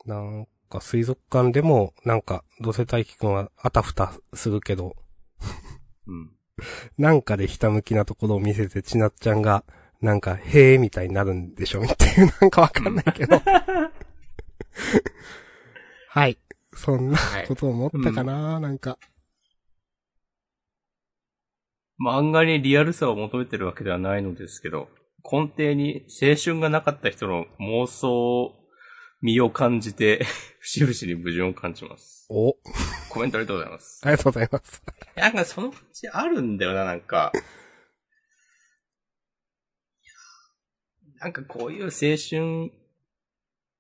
なんか、水族館でも、なんか、どうせ大輝くんはあたふたするけど、うん。なんかでひたむきなところを見せて、ちなっちゃんが、なんか、へえ、みたいになるんでしょっていう、なんかわかんないけ ど。はい。そんなはいことを思ったかな、なんか。漫画にリアルさを求めてるわけではないのですけど、根底に青春がなかった人の妄想、身を感じて、節々に矛盾を感じます。お、コメントありがとうございます。ありがとうございます。なんかその感じあるんだよな、なんか。なんかこういう青春、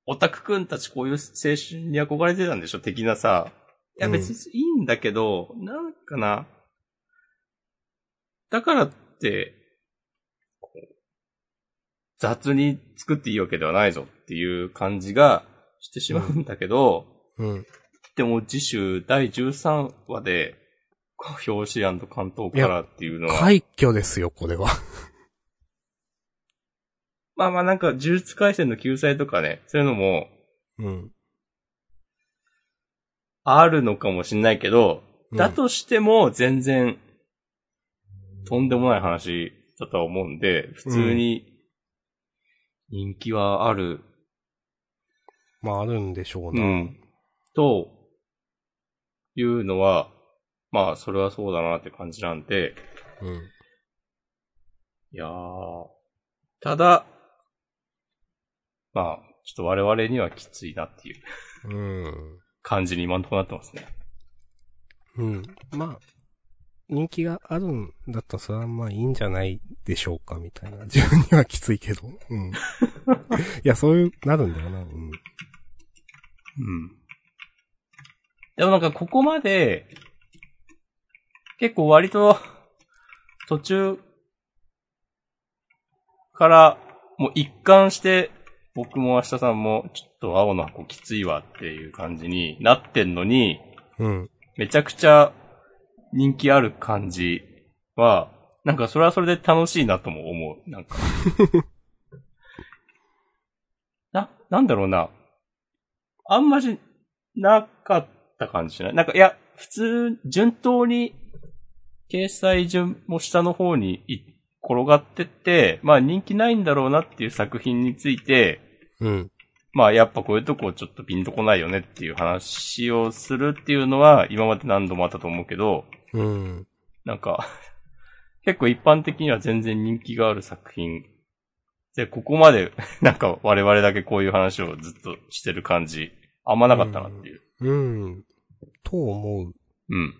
オタクくんたちこういう青春に憧れてたんでしょ的なさ。いやうん別にいいんだけど、なんかな。だからって、こう雑に作っていいわけではないぞっていう感じがしてしまうんだけど、うん。でも次週第13話で、こう表紙関東カラーっていうのは、快挙ですよ、これは。まあまあなんか呪術回戦の救済とかね、そういうのもうん。あるのかもしんないけど、うんだとしても全然、とんでもない話だとは思うんで、普通に人気はある、まあ、あるんでしょううな。ん、というのは、まあそれはそうだなって感じなんで、うん。いやー、ただ、まあ、ちょっと我々にはきついなっていううん。感じに今んとこなってますね。うん。まあ、人気があるんだったらそれはまあいいんじゃないでしょうか、みたいな。 自分にはきついけど。うん。い や、そういう、なるんだよな。うん。うん。でもなんかここまで、結構割と、途中から、もう一貫して、僕も明日さんも、ちょっと青の箱きついわっていう感じになってんのに、うん。めちゃくちゃ人気ある感じは、なんかそれはそれで楽しいなとも思う。なんか。な、なんだろうな。あんまし、なかった感じしない。なんか、いや、普通、順当に、掲載順も下の方にい転がってって、まあ人気ないんだろうなっていう作品について、うん。まあやっぱこういうとこちょっとピンとこないよねっていう話をするっていうのは今まで何度もあったと思うけど、うん。なんか、 結構一般的には全然人気がある作品。で、ここまで、 なんか我々だけこういう話をずっとしてる感じ、あんまなかったなっていう。うん。と思う。うん。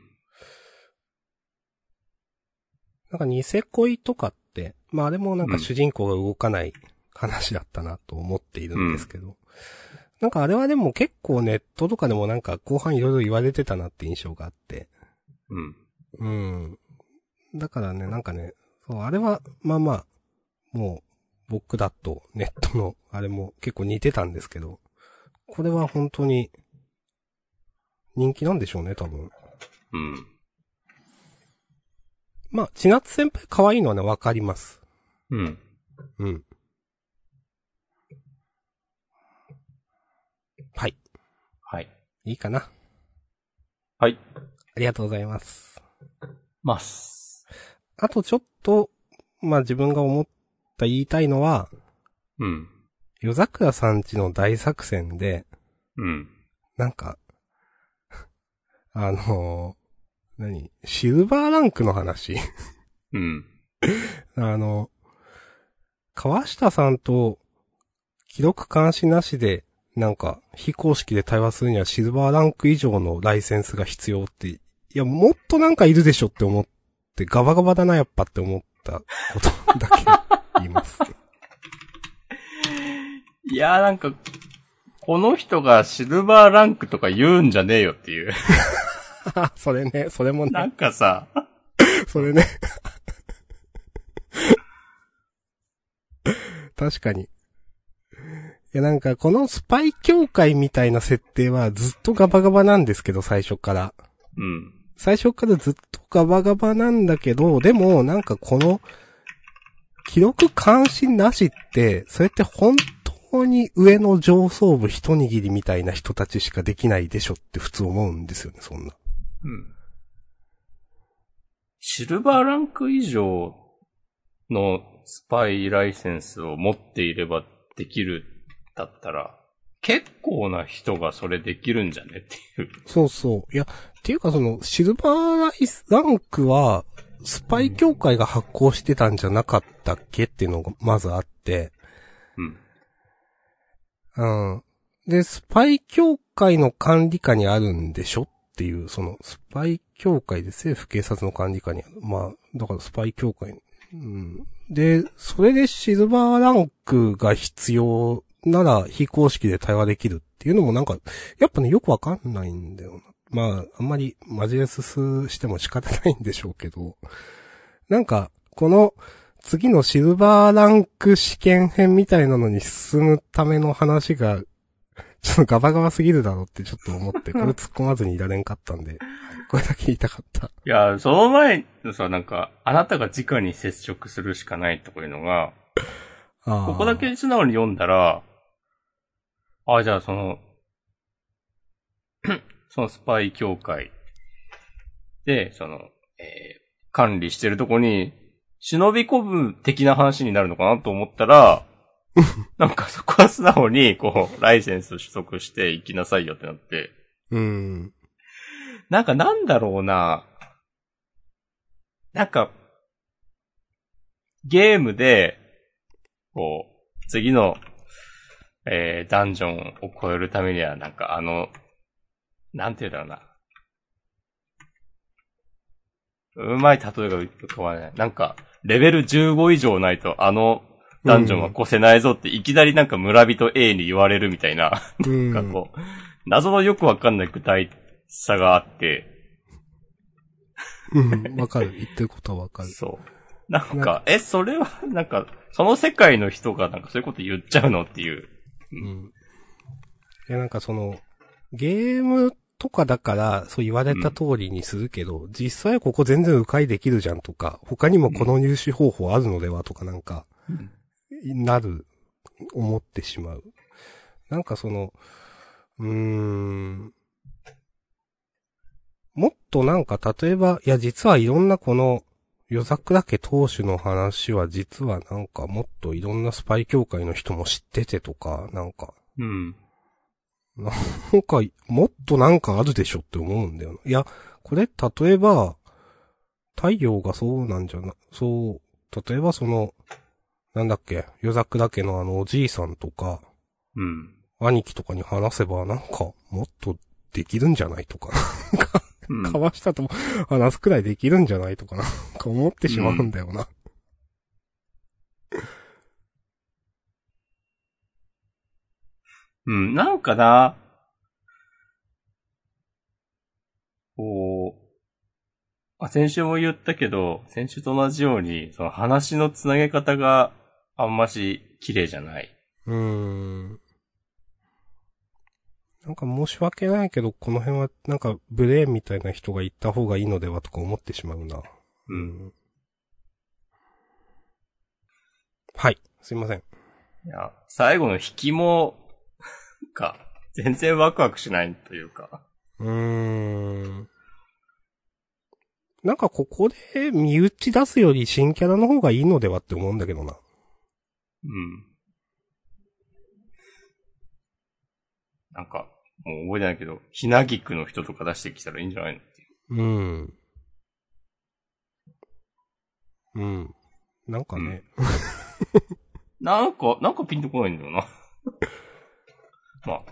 なんかニセ恋とかって、まああれもなんか主人公が動かない話だったなと思っているんですけど。なんかあれはでも結構ネットとかでもなんか後半いろいろ言われてたなって印象があって。うん。うん。だからね、なんかね、そう、あれは、まあまあ、もう、僕だとネットの、あれも結構似てたんですけど、これは本当に、人気なんでしょうね、多分。うん。まあ、千夏先輩可愛いのはね、わかります。うん。うん。はい。はい。いいかな。はい。ありがとうございます。ます。あとちょっと、まあ、自分が思った言いたいのは、うん。夜桜さんちの大作戦で、うん。なんか、 あのー何シルバーランクの話うん。あの、川下さんと、記録監視なしで、なんか、非公式で対話するにはシルバーランク以上のライセンスが必要って、いや、もっとなんかいるでしょって思って、ガバガバだな、やっぱって思ったことだけ言います。いやーなんか、この人がシルバーランクとか言うんじゃねえよっていう。 あ、 それね、それもなんね、かさ、それね。確かに。いや、なんか、このスパイ協会みたいな設定はずっとガバガバなんですけど、最初から。うん。最初からずっとガバガバなんだけど、でも、なんかこの、記録関心なしって、それって本当に上の上層部一握りみたいな人たちしかできないでしょって普通思うんですよね、そんな。うん。シルバーランク以上のスパイライセンスを持っていればできるだったら、結構な人がそれできるんじゃねっていう。そうそう。いや、っていうかその、シルバーライスランクは、スパイ協会が発行してたんじゃなかったっけっていうのがまずあって、うん。うん。で、スパイ協会の管理下にあるんでしょっていう、その、スパイ協会で政府警察の管理下にある。まあ、だからスパイ協会。うん。で、それでシルバーランクが必要なら非公式で対話できるっていうのもなんか、やっぱね、よくわかんないんだよな。まあ、あんまりマジレスしても仕方ないんでしょうけど、なんか、この、次のシルバーランク試験編みたいなのに進むための話が、ちょっとガバガバすぎるだろうってちょっと思って、 これ突っ込まずにいられんかったんで、これだけ言いたかった。いや、その前のさ、なんか、あなたが直に接触するしかないとかいうのが、あーここだ。け素直に読んだら、あ、じゃあその、 そのスパイ協会で、その、えー管理してるとこに、忍び込む的な話になるのかなと思った ら、なんかそこは素直に、こう、ライセンス取得して行きなさいよってなって、うん。なんかなんだろうな。なんか、ゲームで、こう、次の、えー、ダンジョンを超えるためには、なんかあの、なんて言うんだろうな。うまい例えが浮かばない。なんか、レベル15以上ないと、あの、ダンジョンは越せないぞって、いきなりなんか村人 A に言われるみたいな。うん。なんかこう、謎のよくわかんない具体さがあって、うん。わかる。言ってることはわかる。そう。なんか、え、それは、なんか、その世界の人がなんかそういうこと言っちゃうのっていう。うん。いや、なんかその、ゲームとかだから、そう言われた通りにするけど、実際はここ全然迂回できるじゃんとか、他にもこの入手方法あるのではとかなんか、うんなる、思ってしまう。なんかその、うーん。もっとなんか例えば、いや実はいろんなこの、夜桜家当主の話は実はなんかもっといろんなスパイ協会の人も知っててとか、なんか、うん。なんか、もっとなんかあるでしょって思うんだよな。いや、これ、例えば、太陽がそうなんじゃな、そう、例えばその、なんだっけ、夜桜家のあのおじいさんとか、うん。兄貴とかに話せば、なんか、もっとできるんじゃないと か、うんかわしたとも話すくらいできるんじゃないとかな、なんか思ってしまうんだよな。うん、なんかな、こう、あ、先週も言ったけど、先週と同じように、その話のつなげ方があんまし綺麗じゃない。うーん。なんか申し訳ないけど、この辺はなんかブレーンみたいな人が行った方がいいのではとか思ってしまうな。う。。うんはい。すいません。いや、最後の引きも、か、全然ワクワクしないというか。うーん。なんかここで身内出すより新キャラの方がいいのではって思うんだけどな。うん。なんか、もう覚えてないけど、ひなぎくの人とか出してきたらいいんじゃないのっていううん。うん。なんかね。なんか、なんかピンとこないんだよな。 まあ、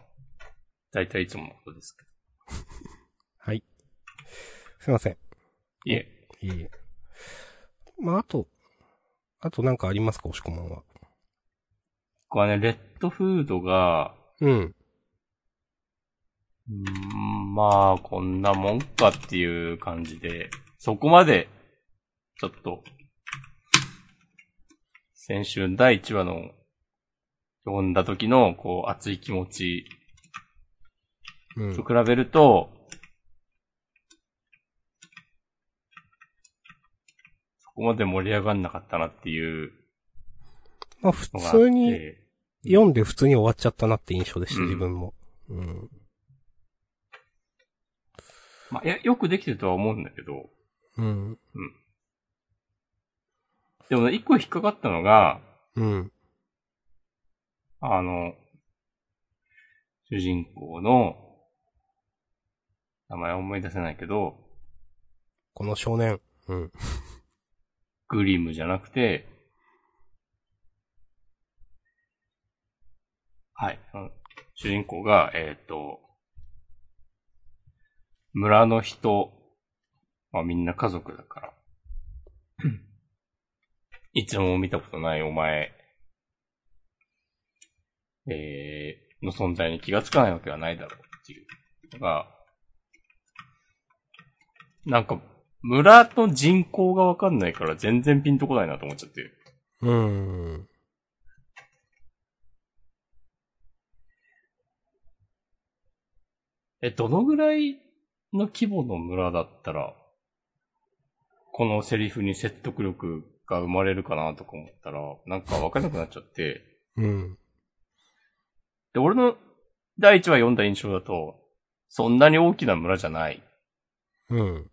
だいたいいつものことですけど。はい。すいません。いえ。いいえ。まあ、あと、あとなんかありますか、押し込まんは。僕はね、レッドフードが、うん。うーんまあ、こんなもんかっていう感じで、そこまで、ちょっと、先週第1話の、読んだ時の、こう、熱い気持ちうんと。比べると、そこまで盛り上がんなかったなっていうまあ、普のがあって。通に、読んで普通に終わっちゃったなって印象でした、うん自分も。うん。まあ、いやよくできてるとは思うんだけど、うん。でもね、一個引っかかったのが、うん。あの、主人公の、名前思い出せないけど、この少年。うん。グリムじゃなくて、はい、うん主人公が、えっ、と、村の人、まあみんな家族だから、いつも見たことないお前、えー、の存在に気がつかないわけはないだろうっていうのが、なんか、村の人口がわかんないから全然ピンとこないなと思っちゃって。うん。え、どのぐらいの規模の村だったら、このセリフに説得力が生まれるかなとか思ったら、なんかわかんなくなっちゃって。うん。で、俺の第一話読んだ印象だと、そんなに大きな村じゃない。うん。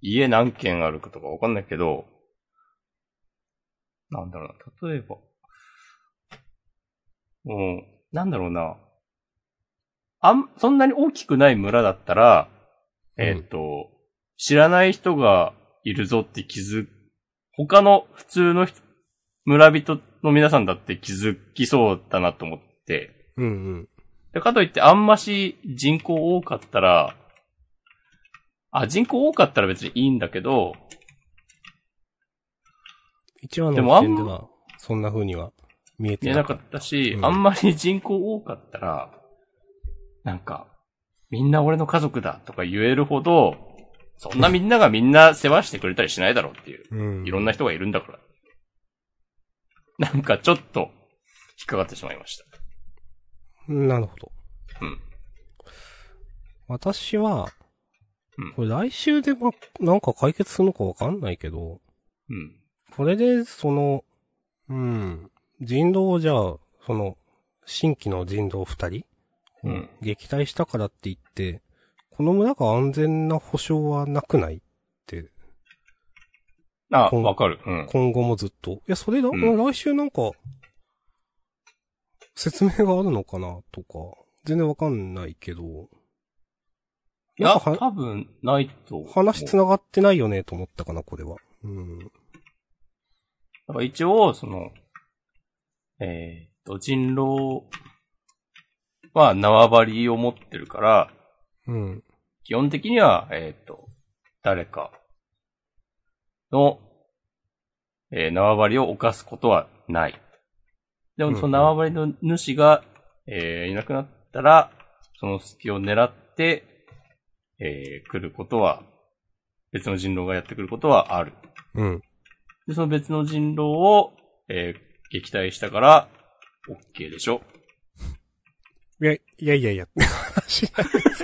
家何軒あるかとかわかんないけど、なんだろうな、例えば、うん、なんだろうな、あん、そんなに大きくない村だったら、うんえっ、と、知らない人がいるぞって気づ、他の普通の人村人の皆さんだって気づきそうだなと思って、うん。うん。で、かといってあんまし人口多かったら、あ、人口多かったら別にいいんだけど、一話のでもあ時ん点では、そんな風には見えて見えななかかっったし、うんあんまり人口多かったら、なんか、みんな俺の家族だとか言えるほど、そんなみんながみんな世話してくれたりしないだろうっていう、た。うん。いろんな人がいるんだから。なんかちょっと、引っかかってしまいました。なるほど。うん。私はうん、これ来週でま、なんか解決するのかわかんないけど、うん。これで、その、うん、人道をじゃあ、その、新規の人道二人、うん撃退したからって言って、この村が安全な保障はなくないって、あ、こんわかる。うん。今後もずっと。いや、それだ、ん来週なんか、説明があるのかなとか、全然わかんないけど、いや、なんかは多分、ないと思う。話繋がってないよねと思ったかな、これは。うん。だから一応、その、えーっと、人狼は縄張りを持ってるから、うん。基本的には、えーっと、誰かの、ええー縄張りを犯すことはない。でも、そのうんう縄張りの主が、えーいなくなったら、その隙を狙って、えー来ることは、別の人狼がやってくることはある。うん。で、その別の人狼を、えー撃退したから、OK でしょ。 いや、いやいやいや、 話し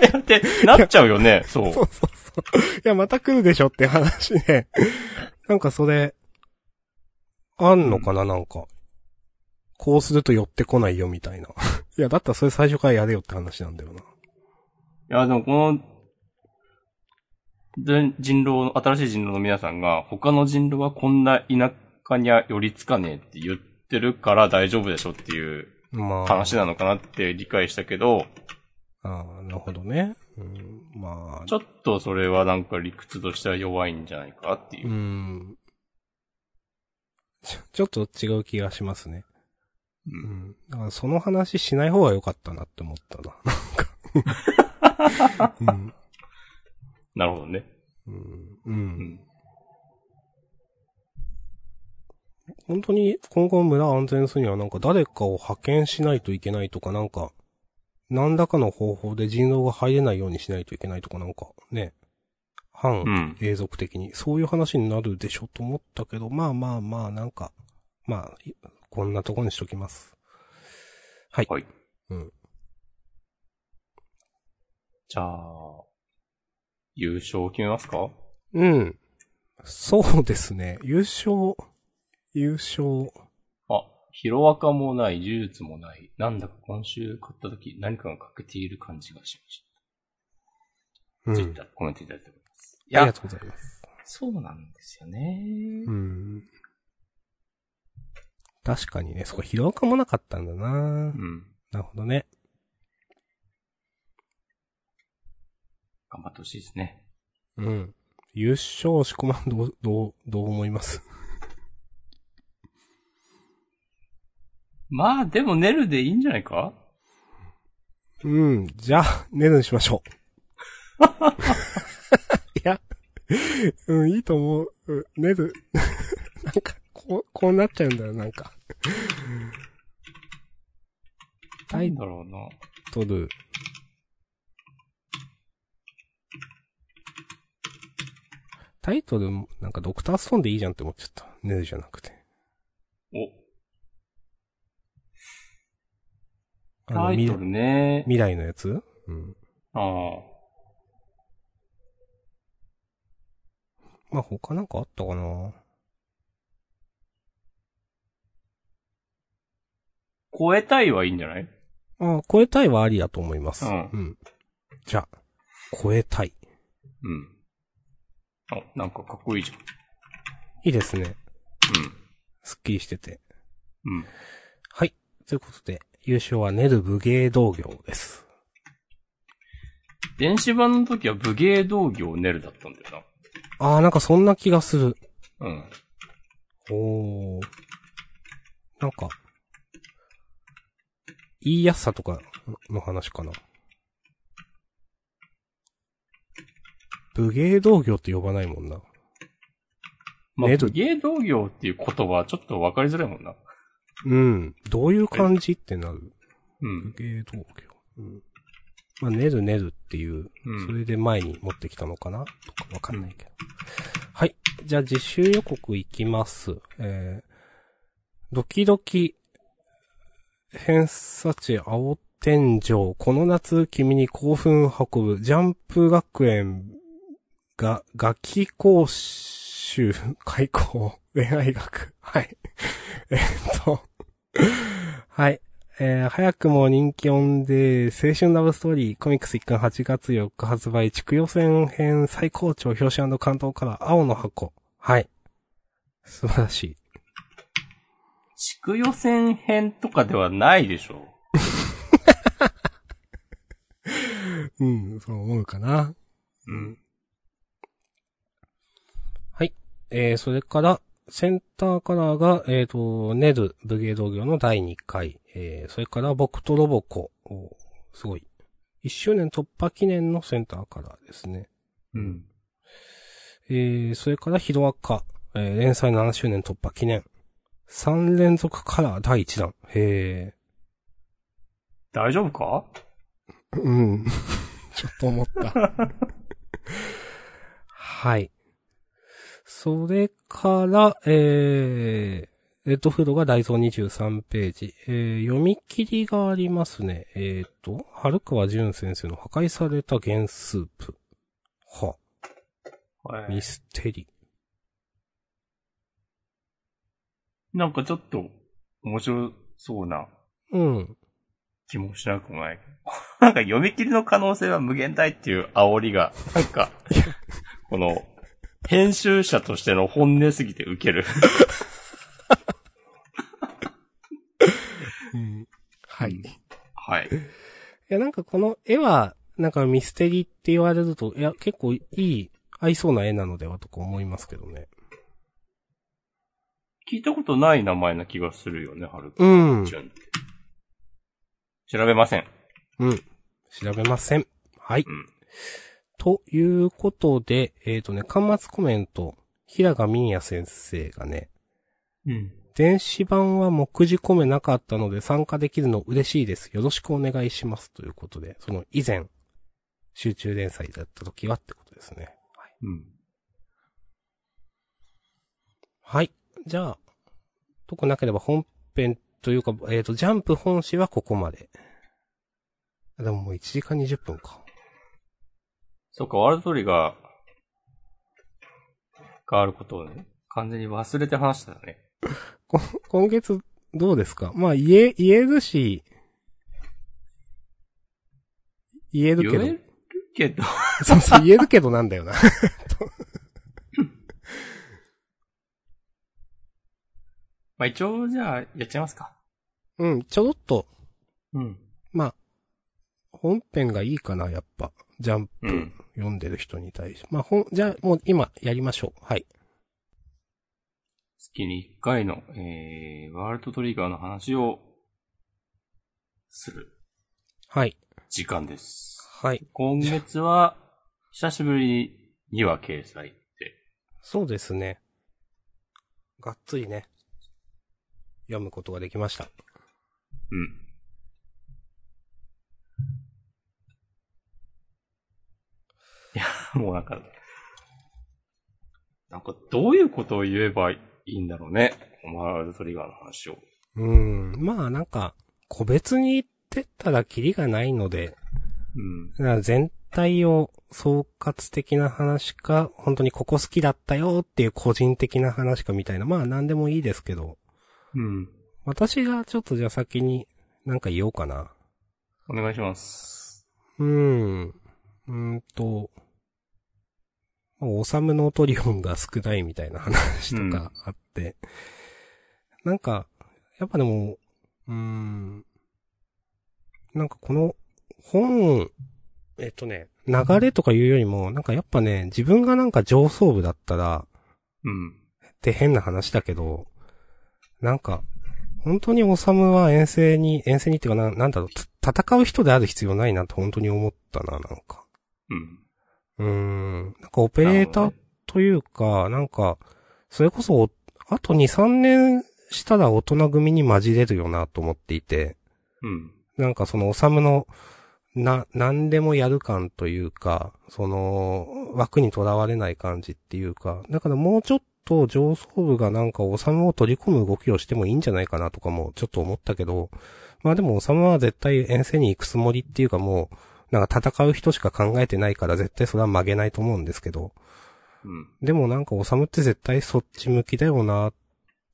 ないってなっちゃうよね、そう。そうそうそう。いや、また来るでしょって話ね。なんかそれ、あんのかな、なんか。こうすると寄ってこないよ、みたいな。 いや、だったらそれ最初からやれよって話なんだよな。いや、でもこの、で人狼の、新しい人狼の皆さんが、他の人狼はこんな田舎には寄りつかねえって言ってるから大丈夫でしょっていうまあ。話なのかなって理解したけど、ああ、なるほどね。うん、まあち、ょっとそれはなんか理屈としては弱いんじゃないかっていうう。ん。ちょちょっと違う気がしますね。ううんん。だからその話しない方が良かったなって思ったな。なんか。うん。なるほどね。うん。う。うんん。本当に今後村を安全にするにはなんか誰かを派遣しないといけないとかなんか、何らかの方法で人狼が入れないようにしないといけないとかなんかね、う反ん。永続的に、そういう話になるでしょと思ったけど、まあまあまあなんか、まあ、いこんなとこにしときます。はい。はいうん。じゃあ、優勝決めますかうん。そうですね。優勝、優勝、あ、ヒロアカもない、呪術もない。なんだか今週買った時何かが欠けている感じがしました。うん。ツイッターコメントいただいております。いありがや、とうございます。そうなんですよね。うん。確かにね、そこ疲労感もなかったんだなうん。なるほどね。頑張ってほしいですね。うん。優勝しこまんどう、どう、どう思いますまあ、でもネルでいいんじゃないかうん。じゃあ、寝るにしましょう。 いや、うん、いいと思う。うん寝る。 なんか、こう、こうなっちゃうんだよ、なんか。タなイんだろうな。トル。タイトルも、なんかドクターストーンでいいじゃんって思っちゃった。ネルじゃなくて。お、あタの、イみトルね。未来のやつうん。ああ。まあ、他なんかあったかな超えたいはいいんじゃないああ、超えたいはありだと思います。うんじゃあ、超えたい。うん。あ、なんかかっこいいじゃん。いいですね。すっきりしてて。うん。うん。はい。ということで、優勝はネル武芸同業です。電子版の時は武芸道業ネルだったんだよああ、なんかそんな気がする。な。うん。おー。なんか、言いやすさとかの話かな。武芸同業って呼ばないもんな。まあ、ネル武芸道業っていう言葉ちょっとわかりづらいもんな。うん。どういう感じってなる。うん武。芸同業。うん。まあ、ねるねるっていう、うんそれで前に持ってきたのかなとかわかんないけど。はい。じゃあ、実習予告いきます。えー、ドキドキ、偏差値青天井、この夏君に興奮を運ぶ、ジャンプ学園が、ガキ講習、 開講、恋愛学。はい。えーっと、はい。えー早くも人気オンで、青春ラブストーリー、コミックス1巻8月4日発売、地区予選編最高潮、表紙関東から青の箱。はい。素晴らしい。地区予選編とかではないでしょうん、そう思うかな。う。うん。えーそれから、センターカラーが、えっ、と、ネル、武芸道業の第2回。えーそれから、僕とロボコ。おーすごい。1周年突破記念のセンターカラーですね。うん。えー、それからヒロアカ、えー連載7周年突破記念。3連続カラー第1弾。へ大丈夫かえ。うん。 ちょっと思った。はい。それから、えー、レッドフードが大蔵23ページ。えー、読み切りがありますね。えっ、と、春川淳先生の破壊された原スープ。は。はいミ。ステリー。なんかちょっと、面白そうなうん。気もしなくもない。 なんか読み切りの可能性は無限大っていう煽りが、なん か、この、編集者としての本音すぎてウケ る。はい。いはい。や、なんかこの絵は、なんかミステリーって言われると、いや、結構いい、合いそうな絵なのではとか思いますけどね。聞いたことない名前な気がするよね、はるうん。ちゃんって。調べません。うん。調べません。はい。うんということで、えっ、とね、端末コメント、平賀民也先生がね、うん。電子版は目次込めなかったので参加できるの嬉しいです。よろしくお願いします。ということで、その以前、集中連載だった時はってことですね。うん。はい。じゃあ、特になければ本編というか、えっ、と、ジャンプ本誌はここまで。でももう1時間20分か。そっか、ワールドトリガーがあることをね、完全に忘れて話してたね。こ今月、どうですかまあ、言え、言えるし、言えるけ言どえ、るけど、 そうそう、言えるけどなんだよな。 まあ一応じゃあ、やっちゃいますか。うん、ちょろっと、うん。まあ、本編がいいかな、やっぱ。ジャンプうん読んでる人に対して。まあ、ほん、じゃあ、もう今やりましょう。はい。月に1回の、えー、ワールドトリガーの話を、するはい。時間です。はい。今月は、久しぶりには掲載って、そうですね。がっつりね、読むことができました。うん。いや、もうなんか、なんかどういうことを言えばいいんだろうね。ワールドトリガーの話を。うん。まあ、なんか、個別に言ってったらキリがないので、うん。だから全体を総括的な話か、本当にここ好きだったよっていう個人的な話かみたいな、まあ何でもいいですけど、うん。私がちょっとじゃあ先になんか言おうかな。お願いします。うーん。うーんと、まあオサムのトリオンが少ないみたいな話とかあって、なんか、やっぱでも、うーん、なんかこの本、えっとね、流れとかいうよりも、なんかやっぱね、自分がなんか上層部だったら、うん。って変な話だけど、なんか、本当にオサムは遠征に、遠征にっていうかな、なんだろう、た戦う人である必要ないなって本当に思ったな、なんか。うん。うーん。なんかオペレーターというか、なんか、それこそ、あと2、3年したら大人組に混じれるよなと思っていて、うん。なんかそのオサムの、な、何でもやる感というか、その、枠にとらわれない感じっていうか、だからもうちょっと上層部がなんかオサムを取り込む動きをしてもいいんじゃないかなとかもちょっと思ったけど、まあでもオサムは絶対遠征に行くつもりっていうかもう、なんか戦う人しか考えてないから絶対それは曲げないと思うんですけど、うん。でもなんかオサムって絶対そっち向きだよなっ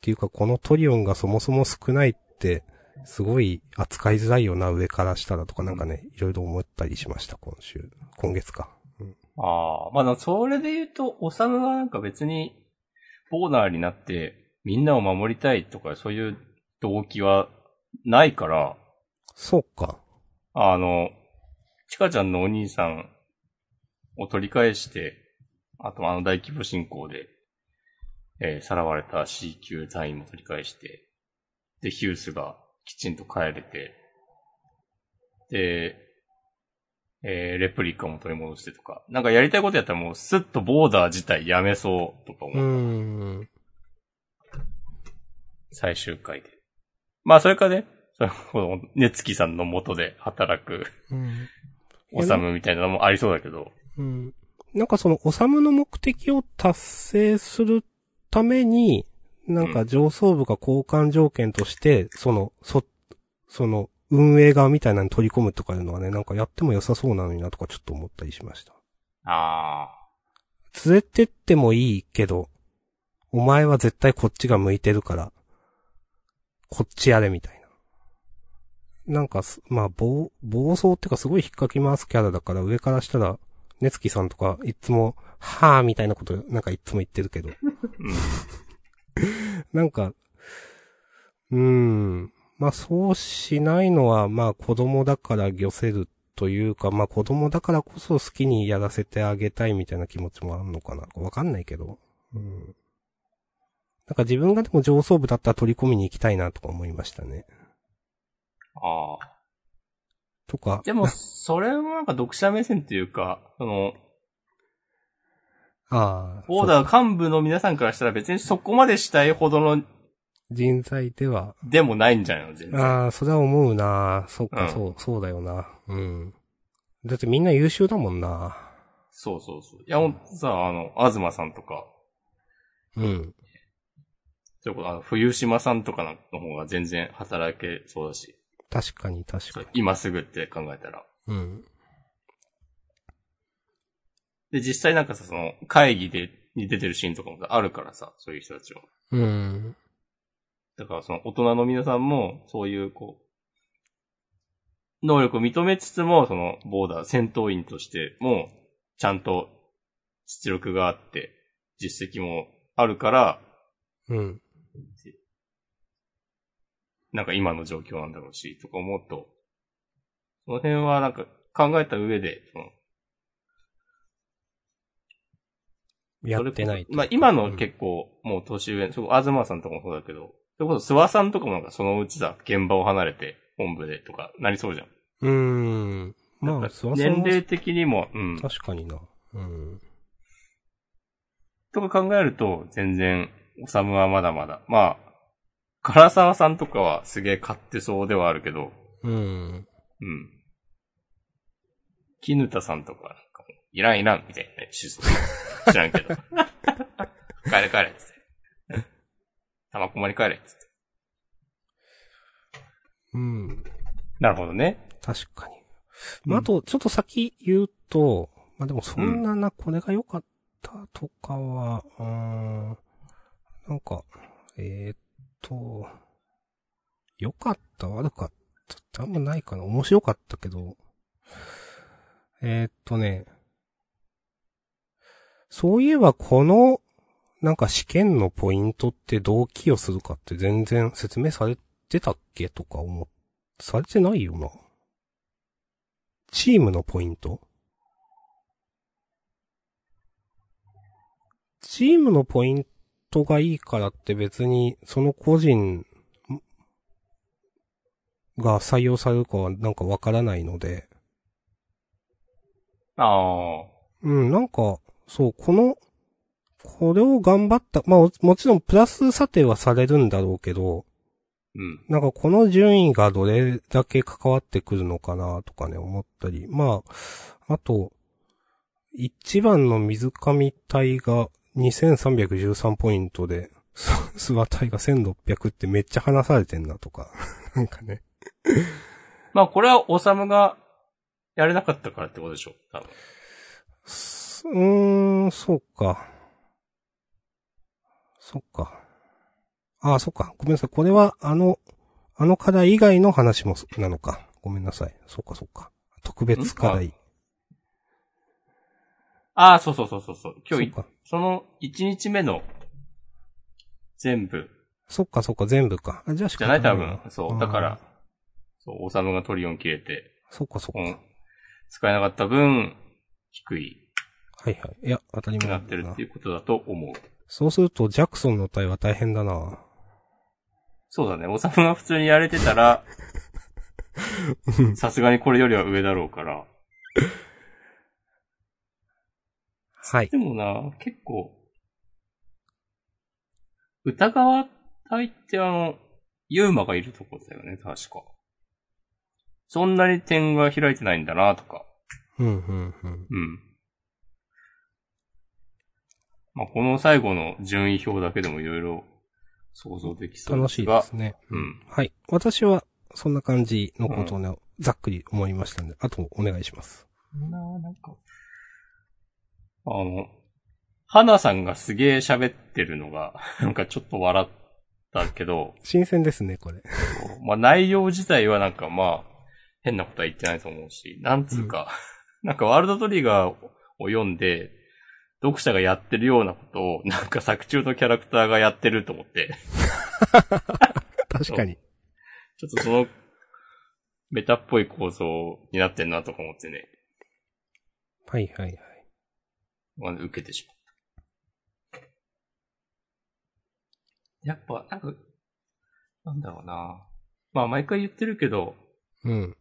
ていうかこのトリオンがそもそも少ないってすごい扱いづらいよな上からしたらとかなんかね、いろいろ思ったりしました今週、今月か。ああ、まあ、それで言うと、おさむはなんか別に、ボーナーになって、みんなを守りたいとか、そういう動機はないから、そうか。あの、ちかちゃんのお兄さんを取り返して、あとあの大規模進行で、えーさらわれた C 級隊員も取り返して、で、ヒュースがきちんと帰れて、で、えーレプリカも取り戻してとか、なんかやりたいことやったらもうスッとボーダー自体やめそうとかうー思う。ん。最終回で。まあ、それかね、その、この、ねつきさんの元で働く、うん。おさむみたいなのもありそうだけど。うん。なんかその、おさむの目的を達成するために、なんうか上層部が交換条件として、その、そ、その、運営側みたいなのに取り込むとかいうのはね、なんかやっても良さそうなのになとかちょっと思ったりしました。ああ。連れてってもいいけど、お前は絶対こっちが向いてるから、こっちやれみたいな。なんかす、まあ、暴、暴走っていうかすごい引っかき回すキャラだから上からしたら、ねつきさんとかいつも、はぁみたいなことなんかいつも言ってるけど。 なんか、うーん。まあそうしないのは、まあ子供だから漁せるというか、まあ子供だからこそ好きにやらせてあげたいみたいな気持ちもあるのかな。わかんないけど。うん。なんか自分がでも上層部だったら取り込みに行きたいなとか思いましたね。ああ。とか、でも、それはなんか読者目線というか、その、ああ、オーそうダー幹部の皆さんからしたら別にそこまでしたいほどの人材では、でもないんじゃないの全然。ああ、それは思うな。そっうか、んそう、そうだよな。うん。だってみんな優秀だもんな。そうそうそう。いや、ほんとさ、あの、あずまさんとか、うん。そういうこと、あの、冬島さんとかの方が全然働けそうだし、確かに確かに。今すぐって考えたら。うん。で、実際なんかさ、その、会議で、に出てるシーンとかもあるからさ、そういう人たちは。うん。だからその、大人の皆さんも、そういう、こう、能力を認めつつも、その、ボーダー、戦闘員としても、ちゃんと、出力があって、実績もあるから、うん。なんか今の状況なんだろうし、とか思うと、その辺はなんか考えた上で、そのやってないそれこそまあ今の結結構、もう年上、そう、あずまさんとかもそうだけど、それこそ諏訪さんとかもなんかそのうちだ、現場を離れて、本部でとか、なりそうじゃん。うーん。まあ、なんか諏訪さん年も齢的にも、うん。確かにな。うん。とか考えると、全然、おさむはまだまだ。まあ、唐沢さんとかはすげえ買ってそうではあるけど、うん。うん。絹田さんとか、なんかもういらんいらん、みたいなね、しそう知らんけど。 帰れ帰れ、つって。玉駒に帰れ、つって。うん。なるほどね。確かに。まあ、あと、ちょっと先言うと、まあでもそんなな、これが良かったとかは、うーん。なんか、えー、っと、良かった、悪かったってあんまないかな。面白かったけど。えー、っとね。そういえばこの、なんか試験のポイントってどう寄与するかって全然説明されてたっけとか思っ、されてないよな。チームのポイントチームのポイントがいいからって別に、その個人が採用されるかはなんかわからないので、ああ。うん、なんか、そう、この、これを頑張った、まあ、おもちろんプラス査定はされるんだろうけど、うん。なんかこの順位がどれだけ関わってくるのかなとかね、思ったり。まあ、あと、一番の水上隊が2313ポイントで、 す諏訪隊が1600ってめっちゃ離されてんなとか。 なんかね。まあこれは、おさむが、やれなかったからってことでしょ多分。すうーん、そうか。そっか。ああ、そっか。ごめんなさい。これは、あの、あの課題以外の話もそ、なのか。ごめんなさい。そっかそっか。特別課題。ああ、そうそうそうそうそう。今日いそっか。その1日目の、全部、そっかそっか、全部か。あじゃあ仕じ方ゃない多な分。そう。だから。、そう、おさむがトリオン切れて、あーそっかそっか。うはいん。使えなかった分、低いはい。いや、当たりく前なだってるっていうことだと思う。そうすると、ジャクソンの対は大変だな。そうだね。おさむが普通にやれてたら、さすがにこれよりは上だろうから。はい。でもな、結構、疑わ隊ってあの、ユーマがいるとこだよね、確か。そんなに点が開いてないんだな、とか。うん、うん、うん。うん。まあ、この最後の順位表だけでもいろいろ想像できそう楽でしすいが。ですね。うん。はい。私は、そんな感じのことをね、ざっくり思いましたんで、あとお願いします。なあ、なんか。あの、花さんがすげえ喋ってるのが、 なんかちょっと笑ったけど、新鮮ですね、これ。 まあ内容自体はなんかまあ、変なことは言ってないと思うし、なんつうか、 なんかワールドトリガーを読んで、読者がやってるようなことを、なんか作中のキャラクターがやってると思って、確かに。ちょっとその、メタっぽい構造になってんなとか思ってね、はいはいはい。まあ受けてしまった。やっぱ、なんか、なんだろうな。まあ毎回言ってるけど、うん。うん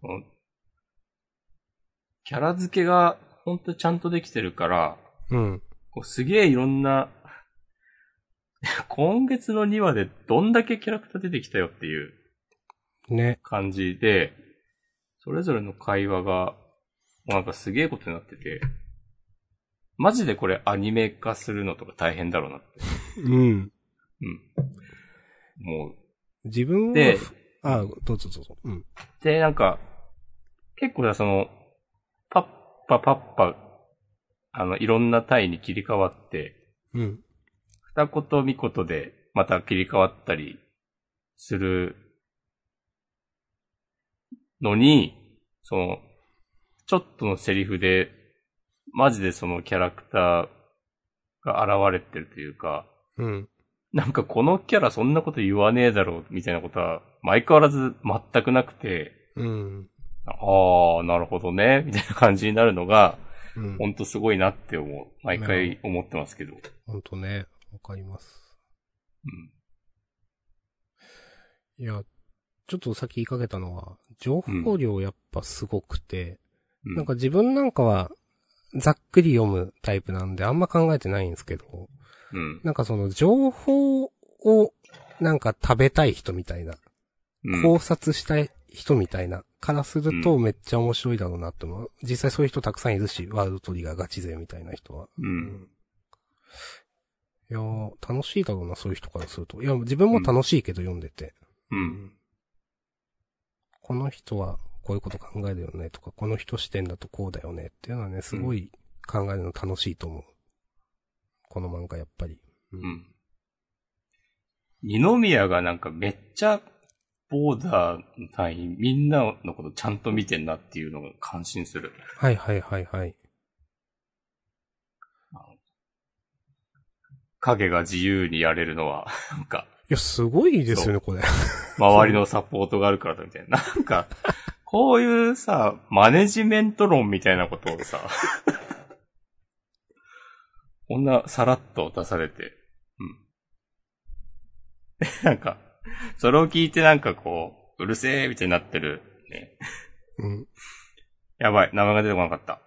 キャラ付けがほんとちゃんとできてるから、うん。こうすげえいろんな、 今月の2話でどんだけキャラクター出てきたよっていうね。感じで、それぞれの会話が、なんかすげえことになってて、マジでこれアニメ化するのとか大変だろうなって。うん。うん。もう。自分はで、あ、どうぞどうぞ。うん。で、なんか、結構さ、その、パッパパッパ、あの、いろんな体に切り替わって、うん。二言三言でまた切り替わったりするのに、その、ちょっとのセリフで、マジでそのキャラクターが現れてるというか、うん。なんかこのキャラそんなこと言わねえだろうみたいなことは、相変わらず全くなくて、うん。ああ、なるほどね、みたいな感じになるのが、うんほ。んとすごいなって思う。毎回思ってますけど。うほんとね。わかります。ん。いや、ちょっとさっき言いかけたのは、情報量やっぱすごくて、うなんか、自分なんかは、ざっくり読むタイプなんであんま考えてないんですけど、うん。なんかその情報をなんか食べたい人みたいうな、ん考察したい人みたいな、からするとめっちゃ面白いだろうなって思う。実際そういう人たくさんいるし、ワールドトリガーガチ勢みたいな人は。うん。いやー、楽しいだろうな、そういう人からすると。いや、自分も楽しいけど読んでて。うん。この人はこういうこと考えるよねとか、この人視点だとこうだよねっていうのはね、すごい考えるの楽しいと思う。この漫画やっぱり。うう。ん。二宮がなんかめっちゃ、ボーダーの単位、みんなのことちゃんと見てんなっていうのが感心する。はいはいはいはい。影が自由にやれるのは、なんか、いや、すごいですよね、これ。周りのサポートがあるからだみたいな。なんか、こういうさ、マネジメント論みたいなことをさ、こんなさらっと出されて、うん。なんか、それを聞いてなんかこう、うるせえみたいになってる、ね。うん。やばい、名前が出てこなかった。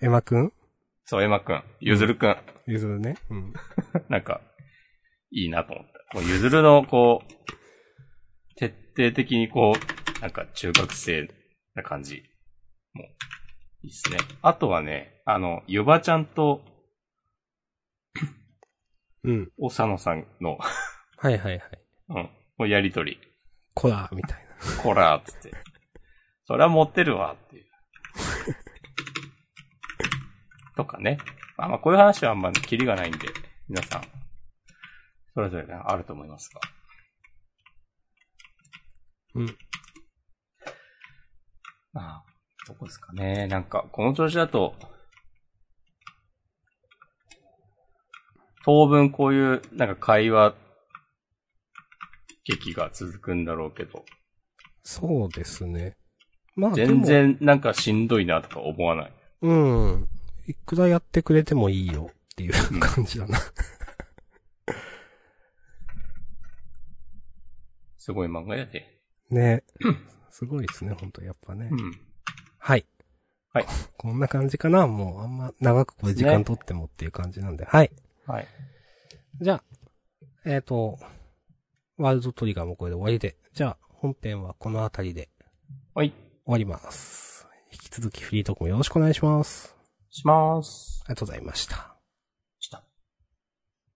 エマくんそう、エマくん、ゆずるくん。ゆずるね。うん。なんか、いいなと思った。もうゆずるの、こう、徹底的にこう、なんか中学生な感じ。もう、いいっすね。あとはね、あの、ゆばちゃんと、うん。おさのさんの、 はいはいはい。うん、もうやりとり。こら、みたいな。こらーっつって。それは持ってるわっていう。 とかね。まあまあ、こういう話はあんまりキリがないんで、皆さん、それぞれねあると思いますが。うん。まあ、どこですかね。なんか、この調子だと、当分こういう、なんか会話、劇が続くんだろうけど、そうですね。まあ、全でも。然なんかしんどいなとか思わない。うん。いくらやってくれてもいいよっていううん感じだ な。すごい漫画やで。 ね。すごいですね、本当やっぱね。うん。はい。はい。 こんな感じかな。もうあんま長くこれ時間取ってもっていう感じなんで。はい。はい。じゃあ、えっ、と、ワールドトリガーもこれで終わりで。じゃあ、本編はこの辺りではい。終わります。引き続きフリートークもよろしくお願いします。します。ありがとうございました。